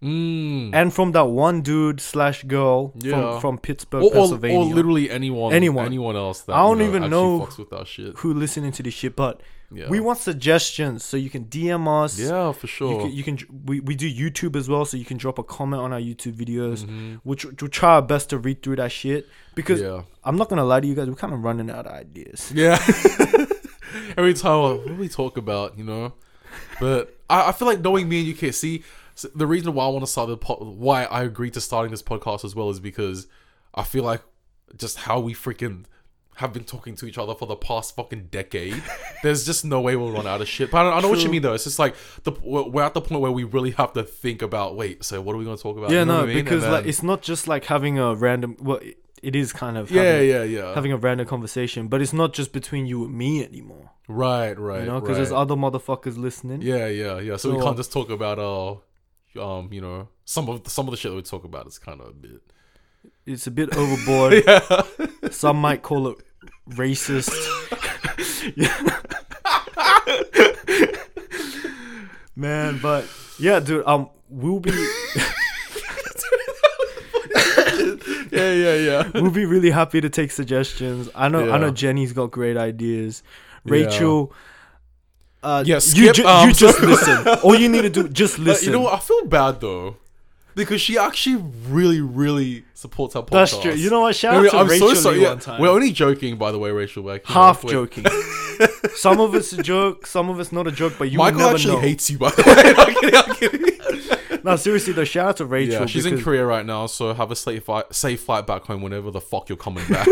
S1: Mm.
S2: and from that one dude slash girl
S1: Yeah.
S2: from, from Pittsburgh,
S1: Or, or,
S2: Pennsylvania,
S1: or literally anyone,
S2: Anyone.
S1: anyone, else that
S2: I don't
S1: you
S2: even
S1: actually
S2: know
S1: fucks with our shit.
S2: who listening to this shit. But
S1: Yeah.
S2: we want suggestions, so you can DM us.
S1: Yeah, for
S2: You
S1: sure.
S2: can, you can dr- we, we do YouTube as well, so you can drop a comment on our YouTube videos. We'll, tr- we'll try our best to read through that shit because
S1: Mm-hmm. Yeah.
S2: I'm not gonna lie to you guys, we're kind of running out of ideas.
S1: Yeah. Every time, like, what do we talk about, you know? But I, I feel like knowing me and UK, see, s- the reason why I want to start the pod, why I agreed to starting this podcast as well is because I feel like just how we freaking have been talking to each other for the past fucking decade, there's just no way we'll run out of shit. But I, don't, I know what you
S2: True.
S1: mean though. It's just like the we're we're at the point where we really have to think about. Wait, so what are we going to talk about?
S2: Yeah,
S1: You know
S2: no,
S1: what I mean? And
S2: because like
S1: then-
S2: it's not just like having a random. Well, it, it is kind of
S1: yeah,
S2: having,
S1: yeah, yeah.
S2: having a random conversation, but it's not just between you and me anymore.
S1: right, right.
S2: You know,
S1: right.
S2: because there's other motherfuckers listening.
S1: Yeah, yeah, yeah. So, we
S2: So- um,
S1: can't just talk about uh, um, you know, some of some of the shit that we talk about is kind of a bit.
S2: It's a bit overboard.
S1: Yeah,
S2: Some might call it racist. Man, but yeah, dude. Um, we'll be
S1: yeah, yeah, yeah.
S2: we'll be really happy to take suggestions. I know, I know.
S1: Yeah.
S2: Jenny's got great ideas.
S1: Yeah.
S2: Rachel. Uh,
S1: Yeah,
S2: you,
S1: skip,
S2: ju-
S1: um,
S2: you just listen. All you need to do, just
S1: But
S2: listen.
S1: you know what? I feel bad though, because she actually really, really supports our podcast.
S2: That's true. You know what? Shout
S1: I mean,
S2: out to
S1: I'm
S2: Rachel
S1: so sorry.
S2: Lee
S1: Yeah,
S2: one time.
S1: we're only joking, by the way, Rachel. Like, you know,
S2: half
S1: we're-
S2: joking. some of it's a joke, some of it's not a joke, but you
S1: Michael
S2: will never
S1: actually
S2: know.
S1: hates you, by the way. I'm kidding, I'm kidding.
S2: no, seriously though, shout out to Rachel.
S1: Yeah, she's in
S2: because-
S1: Korea right now, so have a safe flight, safe flight back home whenever the fuck you're coming back.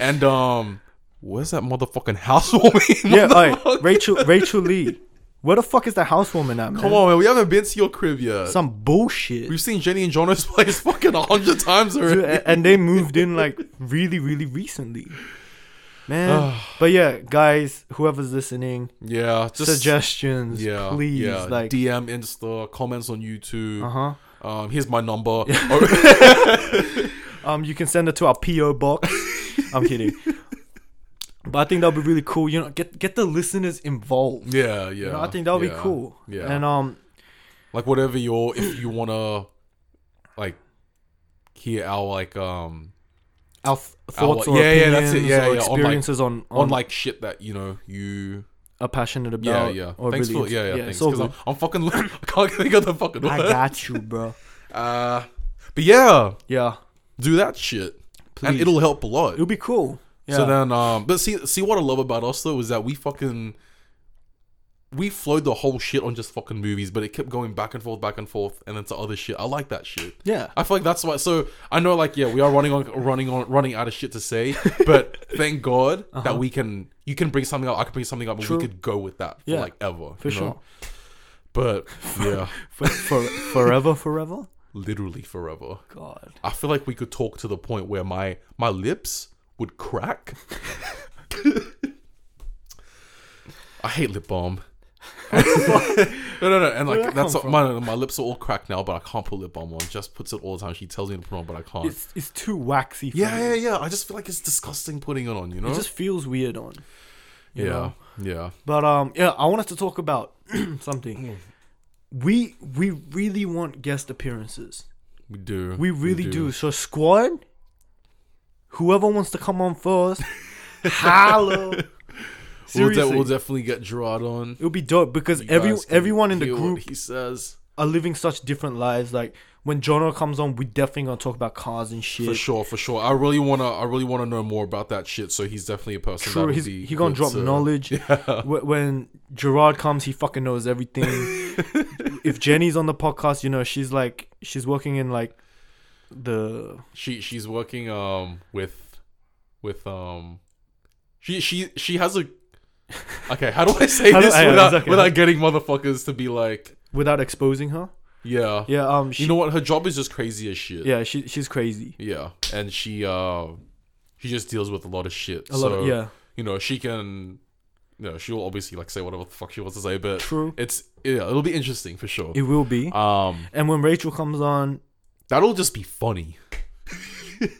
S1: and um, where's that motherfucking housewarming?
S2: Yeah, alright, Rachel, Rachel Lee. Where the fuck is the housewoman at, man?
S1: Come on, man. We haven't been to your crib yet.
S2: Some bullshit.
S1: We've seen Jenny and Jonas place fucking a hundred times
S2: Dude,
S1: already.
S2: a- and they moved in like really, really recently. Man. but yeah, guys, whoever's listening,
S1: Yeah, just
S2: suggestions,
S1: yeah,
S2: please.
S1: yeah.
S2: Like,
S1: DM, Insta, comments on YouTube.
S2: uh huh.
S1: Um, here's my number. Oh,
S2: Um, you can send it to our PO box. I'm kidding. But I think that'll be really cool. You know, get get the listeners involved.
S1: yeah, yeah.
S2: You know, I think that'll be
S1: yeah,
S2: cool.
S1: Yeah,
S2: And um,
S1: like whatever your if you wanna like hear our like um
S2: our th- thoughts
S1: Our-
S2: or
S1: yeah, yeah,
S2: opinions
S1: that's it. Yeah,
S2: or
S1: yeah, on, like-
S2: experiences on, on,
S1: on like shit that you know you
S2: are passionate about.
S1: yeah yeah
S2: Or
S1: thanks
S2: oh, really
S1: for yeah yeah, thanks
S2: it's all
S1: because I'm,
S2: good.
S1: I'm fucking I can't think of the fucking
S2: I
S1: word
S2: got you, bro.
S1: uh but yeah
S2: Yeah,
S1: do that shit and
S2: Please.
S1: it'll help a lot
S2: it'll be cool. Yeah.
S1: So then, um, but see, see what I love about us though is that we fucking we flowed the whole shit on just fucking movies, but it kept going back and forth, back and forth, and then to other shit. I like that shit.
S2: yeah.
S1: I feel like that's why. So I know, like, yeah, we are running on, running on, running out of shit to say, but thank God that we can. You can bring something up. I can bring something up, and
S2: Uh-huh. True.
S1: we could go with that for
S2: Yeah,
S1: like ever
S2: For
S1: you know?
S2: sure.
S1: But yeah,
S2: For, for forever, forever.
S1: literally forever.
S2: God.
S1: I feel like we could talk to the point where my my lips would crack. I hate lip balm. no, no, no, and
S2: that
S1: like that's
S2: come
S1: my my lips are all cracked now, but I can't put lip balm on. Just puts it all the time. She tells me to put it on, but I can't.
S2: It's it's too waxy. For
S1: yeah,
S2: me.
S1: yeah, yeah. I just feel like it's disgusting putting it on. You know?
S2: It just feels weird on.
S1: yeah,
S2: you know?
S1: yeah.
S2: But um, yeah, I wanted to talk about something. We we really want guest appearances.
S1: We do.
S2: We really do. So squad, whoever wants to come on first, holla.
S1: We'll, de-
S2: Seriously,
S1: we'll definitely get Gerard on.
S2: it would be dope because
S1: You
S2: every
S1: guys can
S2: everyone in the
S1: hear what
S2: group
S1: he says
S2: are living such different lives. Like when Jono comes on, we definitely gonna talk about cars and shit.
S1: For sure, for sure. I really wanna, I really wanna know more about that shit. So he's definitely a person.
S2: True,
S1: that
S2: he's,
S1: would be
S2: he gonna
S1: good
S2: drop
S1: to-
S2: knowledge. Wh- When Gerard comes, he fucking knows everything. if Jenny's on the podcast, you know she's like she's working in like the
S1: She she's working um with with um she she she has a okay. How do I say
S2: How do-
S1: this
S2: yeah,
S1: without
S2: it's okay.
S1: without getting motherfuckers to be like
S2: without exposing her.
S1: yeah.
S2: Yeah, um, she,
S1: You know what? Her job is just crazy as shit.
S2: yeah, she she's crazy.
S1: Yeah. And she uh she just deals with a lot of shit.
S2: A
S1: so
S2: lot, of, yeah,
S1: you know she can. You know, she'll obviously like say whatever the fuck she wants to say, but
S2: True.
S1: It's yeah, it'll be interesting for sure.
S2: it will be.
S1: um,
S2: And when Rachel comes on,
S1: That'll just be funny. Are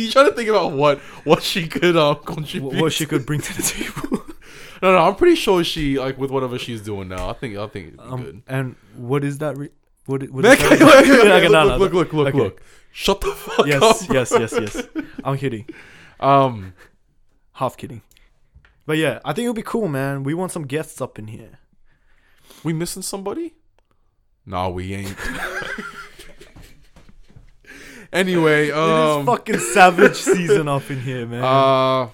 S1: you trying to think about what what she could um
S2: wh-
S1: contribute?
S2: what she could bring to the table?
S1: No, no, I'm pretty sure she like with whatever she's doing now. I think I think it'd be
S2: Um,
S1: good.
S2: and what is that? Re- what, i- what is
S1: Okay,
S2: that?
S1: okay,
S2: Okay,
S1: okay,
S2: no, no,
S1: look, look,
S2: no.
S1: look, look,
S2: Okay.
S1: look. Shut the fuck
S2: Yes,
S1: up.
S2: yes, yes, yes. I'm kidding.
S1: Um,
S2: Half kidding. But yeah, I think it'll be cool, man. We want some guests up in here.
S1: we missing somebody? Nah, we ain't. anyway,
S2: It
S1: um,
S2: is fucking savage season up in here, man.
S1: uh,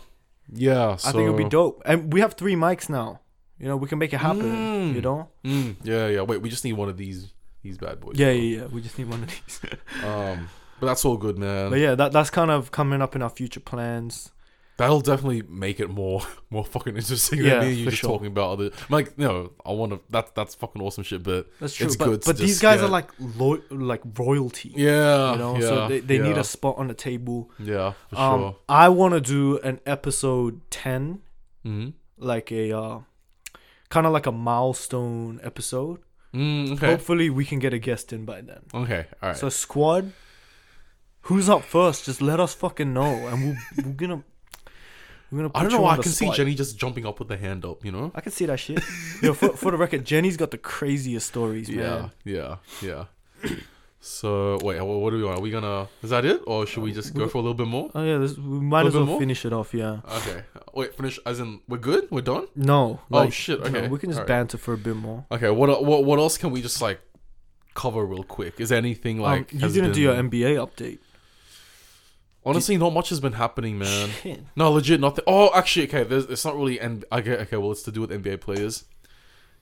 S1: yeah.
S2: I think it'll be
S1: so-
S2: dope. And we have three mics now. You know, we can make it happen. You know?
S1: Mm, yeah, yeah. Wait, we just need one of these these bad boys.
S2: Yeah, yeah, yeah. We just need one of these.
S1: Um, but that's all good, man.
S2: but yeah, that that's kind of coming up in our future plans.
S1: That'll definitely make it more more fucking interesting than
S2: Yeah,
S1: me and you
S2: for
S1: just
S2: sure.
S1: talking about other. I'm like, no, I want to. That that's fucking awesome shit. But
S2: That's true.
S1: It's
S2: but
S1: good to
S2: but these
S1: just
S2: guys
S1: get-
S2: are like lo- like royalty.
S1: yeah,
S2: You know,
S1: yeah,
S2: so they, they need
S1: yeah,
S2: a spot on the table.
S1: Yeah, for
S2: um,
S1: sure.
S2: I want to do an episode ten,
S1: Mhm.
S2: like a uh, kind of like a milestone episode.
S1: Mm, okay,
S2: Hopefully, we can get a guest in by then.
S1: okay, all right.
S2: So squad, who's up first? Just let us fucking know, and we'll, we're gonna we're gonna. Put
S1: I don't
S2: you
S1: know. why
S2: on
S1: I
S2: the
S1: can see
S2: spot.
S1: Jenny just jumping up with the hand up. You know.
S2: I can see that shit. Yo, for, for the record, Jenny's got the craziest stories,
S1: Yeah,
S2: man.
S1: yeah, yeah. So wait, what, what do we want? Are we gonna? Is that it, or should we just go for a little bit more?
S2: Oh yeah, this, we might
S1: Little
S2: as
S1: bit
S2: well
S1: more?
S2: finish it off. Yeah.
S1: Okay. Wait, finish. As in, we're good. We're done.
S2: No.
S1: Oh, shit,
S2: no,
S1: okay,
S2: we can just
S1: alright.
S2: banter for a bit more.
S1: Okay. What what what else can we just like cover real quick? Is there anything like
S2: um, you
S1: has
S2: didn't do your
S1: been-
S2: MBA update.
S1: Honestly, not much has been happening, man.
S2: Shit.
S1: No, legit nothing. Oh, actually, okay. There's, it's not really. N- okay, okay. Well, it's to do with NBA players.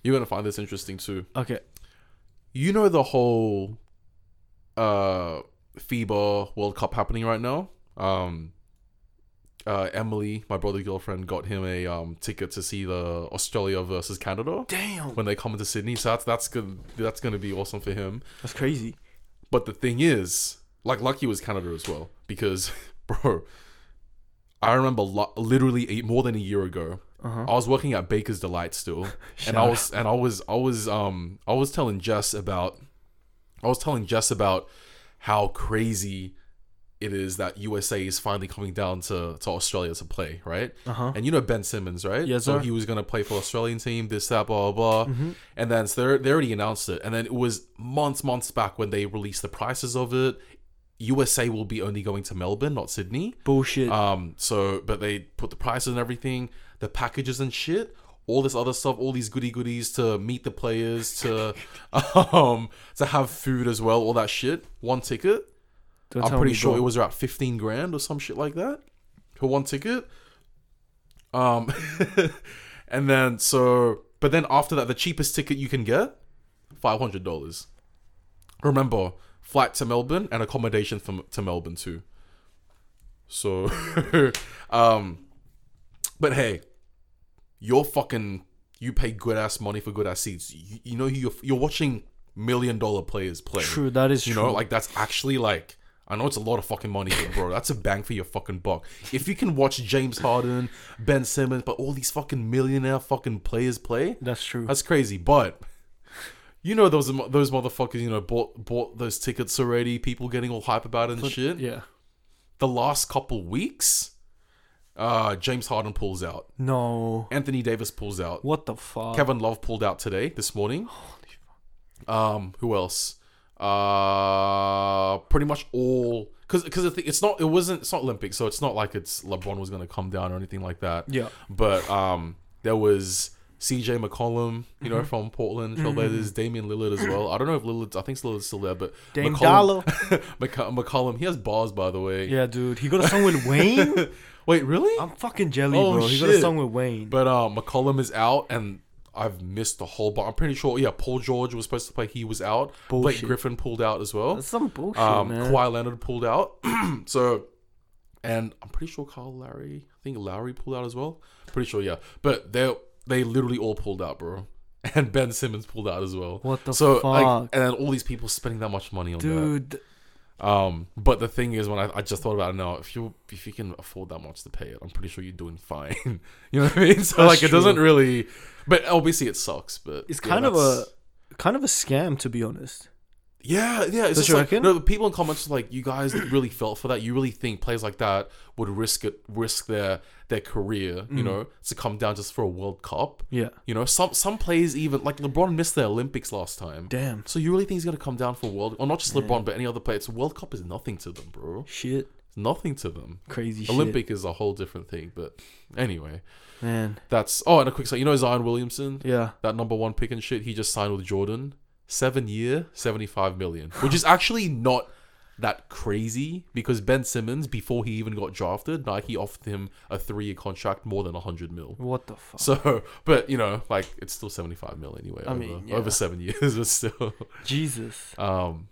S1: You're gonna find this interesting too.
S2: Okay.
S1: You know the whole uh FIBA World Cup happening right now. Um, uh, Emily, my brother's girlfriend, got him a um ticket to see the Australia versus Canada
S2: Damn.
S1: when they come into Sydney. So that's that's good. That's gonna be awesome for him.
S2: That's crazy.
S1: But the thing is, like, lucky was Canada as well because, bro, I remember lo- literally eight, more than a year ago,
S2: Uh-huh.
S1: I was working at Baker's Delight still, and I
S2: out.
S1: was and I was I was um I was telling Jess about, I was telling Jess about how crazy it is that USA is finally coming down to to Australia to play, right?
S2: Uh huh.
S1: And you know Ben Simmons, right?
S2: Yes,
S1: so
S2: sir. Mm-hmm.
S1: he was gonna play for Australian team, this, that, blah, blah, blah. And then so they're- they already announced it. And then it was months, months back when they released the prices of it. USA will be only going to Melbourne, not Sydney.
S2: Bullshit.
S1: Um, so but they put the prices and everything, the packages and shit, all this other stuff, all these goody goodies to meet the players, to um to have food as well, all that shit. One ticket.
S2: Don't
S1: I'm
S2: tell
S1: pretty
S2: me
S1: sure
S2: don't.
S1: it was around 15 grand or some shit like that for one ticket. Um, and then so, but then after that, the cheapest ticket you can get, $500. Remember, flight to Melbourne and accommodation from to Melbourne too. So, um, but hey, you're fucking, you pay good ass money for good ass seats. You, you know, you're, you're watching million dollar players play.
S2: True. That is
S1: You
S2: true.
S1: know, like that's actually like I know it's a lot of fucking money, but bro, that's a bang for your fucking buck. If you can watch James Harden, Ben Simmons, but all these fucking millionaire fucking players play,
S2: That's true.
S1: that's crazy. But you know those mo- those motherfuckers, you know, bought bought those tickets already. People getting all hype about it and shit.
S2: yeah.
S1: The last couple weeks, uh, James Harden pulls out.
S2: No.
S1: Anthony Davis pulls out.
S2: What the fuck?
S1: Kevin Love pulled out today, this morning. Um, who else? Uh, pretty much all because because the thing it's not it wasn't it's not Olympic, so it's not like it's LeBron was gonna come down or anything like that.
S2: Yeah.
S1: But um, there was C.J. McCollum, you
S2: Mm-hmm.
S1: know, from Portland Trailblazers, Damian Lillard as well. I don't know if Lillard, I think Lillard's still there, but
S2: Dame
S1: McCollum, McC- McCollum, he has bars by the way.
S2: Yeah, dude. He got a song with Wayne.
S1: Wait, really?
S2: I'm fucking jelly,
S1: Oh,
S2: bro. He got a
S1: shit.
S2: song with Wayne.
S1: But uh, McCollum is out, and I've missed the whole. But I'm pretty sure. Yeah, Paul George was supposed to play. He was out.
S2: Bullshit.
S1: Blake Griffin pulled out as well.
S2: That's some bullshit,
S1: Um,
S2: man.
S1: Kawhi Leonard pulled out. so, and I'm pretty sure Kyle Lowry. I think Lowry pulled out as well. Pretty sure, yeah. But they they literally all pulled out, bro. And Ben Simmons pulled out as well.
S2: What the
S1: so,
S2: fuck?
S1: and then all these people spending that much money on that.
S2: Dude,
S1: Um, but the thing is, when I, I just thought about it now, if you if you can afford that much to pay it, I'm pretty sure you're doing fine. you know what I mean? So like,
S2: That's
S1: it doesn't
S2: true.
S1: really. But obviously, it sucks. But
S2: it's
S1: yeah,
S2: kind of
S1: that's-
S2: a kind of a scam to be honest.
S1: Yeah, yeah. It's
S2: Don't
S1: just
S2: you
S1: like,
S2: reckon?
S1: no, the people in comments are like, you guys really felt for that. You really think players like that would risk it, risk their their career,
S2: Mm.
S1: you know, to come down just for a World Cup.
S2: Yeah.
S1: You know, some some players even like LeBron missed the Olympics last time.
S2: Damn.
S1: So you really think he's gonna come down for World? Or not just LeBron, but any other player? It's World Cup is nothing to them, bro.
S2: Shit.
S1: It's nothing to them.
S2: Crazy
S1: Olympic is a whole different thing. But anyway,
S2: shit. Man.
S1: that's oh, and a quick side. You know Zion Williamson,
S2: Yeah.
S1: that number one pick and shit. He just signed with Jordan, seven year, seventy five million, which is actually not that crazy because Ben Simmons, before he even got drafted, Nike offered him a three year contract more than hundred mil.
S2: What the fuck?
S1: So, but you know, like it's still seventy five mil anyway.
S2: I
S1: over,
S2: mean, yeah.
S1: over seven years, but still,
S2: Jesus.
S1: um,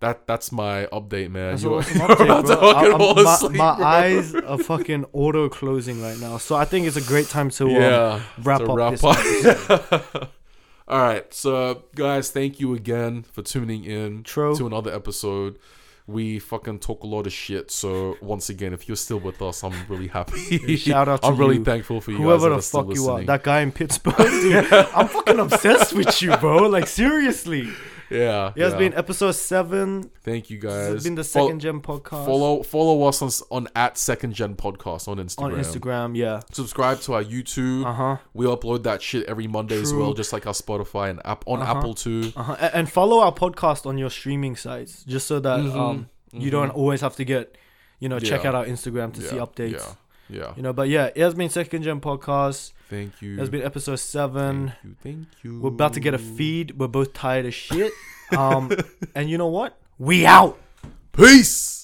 S1: that that's my update, man.
S2: That's
S1: You
S2: all-
S1: were-
S2: that's an
S1: you were
S2: update,
S1: about to fucking fall
S2: bro. I- I'm- my-
S1: asleep,
S2: my
S1: bro.
S2: eyes are fucking auto closing right now, so I think it's a great time to um,
S1: yeah,
S2: wrap
S1: to
S2: up
S1: wrap
S2: this
S1: up. All right, so guys, thank you again for tuning in
S2: True.
S1: to another episode. We fucking talk a lot of shit. So once again, if you're still with us, I'm really happy.
S2: Shout out to
S1: I'm really
S2: you.
S1: thankful for you.
S2: whoever the
S1: guys that are
S2: fuck
S1: still
S2: you are.
S1: listening.
S2: That guy in Pittsburgh, dude. I'm fucking obsessed with you, bro. Like seriously.
S1: yeah,
S2: It has
S1: yeah.
S2: been episode seven.
S1: Thank you
S2: This
S1: guys.
S2: has been the
S1: Fol-
S2: second gen podcast
S1: Follow follow us on s- on at Second Gen Podcast on Instagram.
S2: on Instagram. Yeah.
S1: Subscribe to our YouTube.
S2: Uh huh.
S1: We upload that shit every Monday as
S2: True.
S1: well, just like our Spotify and app on Apple too.
S2: Uh-huh. A- And follow our podcast on your streaming sites, just so that um, you don't always have to get, you know,
S1: Mm-hmm,
S2: check
S1: Yeah.
S2: out our Instagram to see updates.
S1: Yeah, yeah.
S2: You know, but yeah, it has been second gen podcast.
S1: Thank you.
S2: It has been episode seven.
S1: thank you. Thank you.
S2: We're about to get a feed. We're both tired as shit. Um, and you know what? We out.
S1: Peace.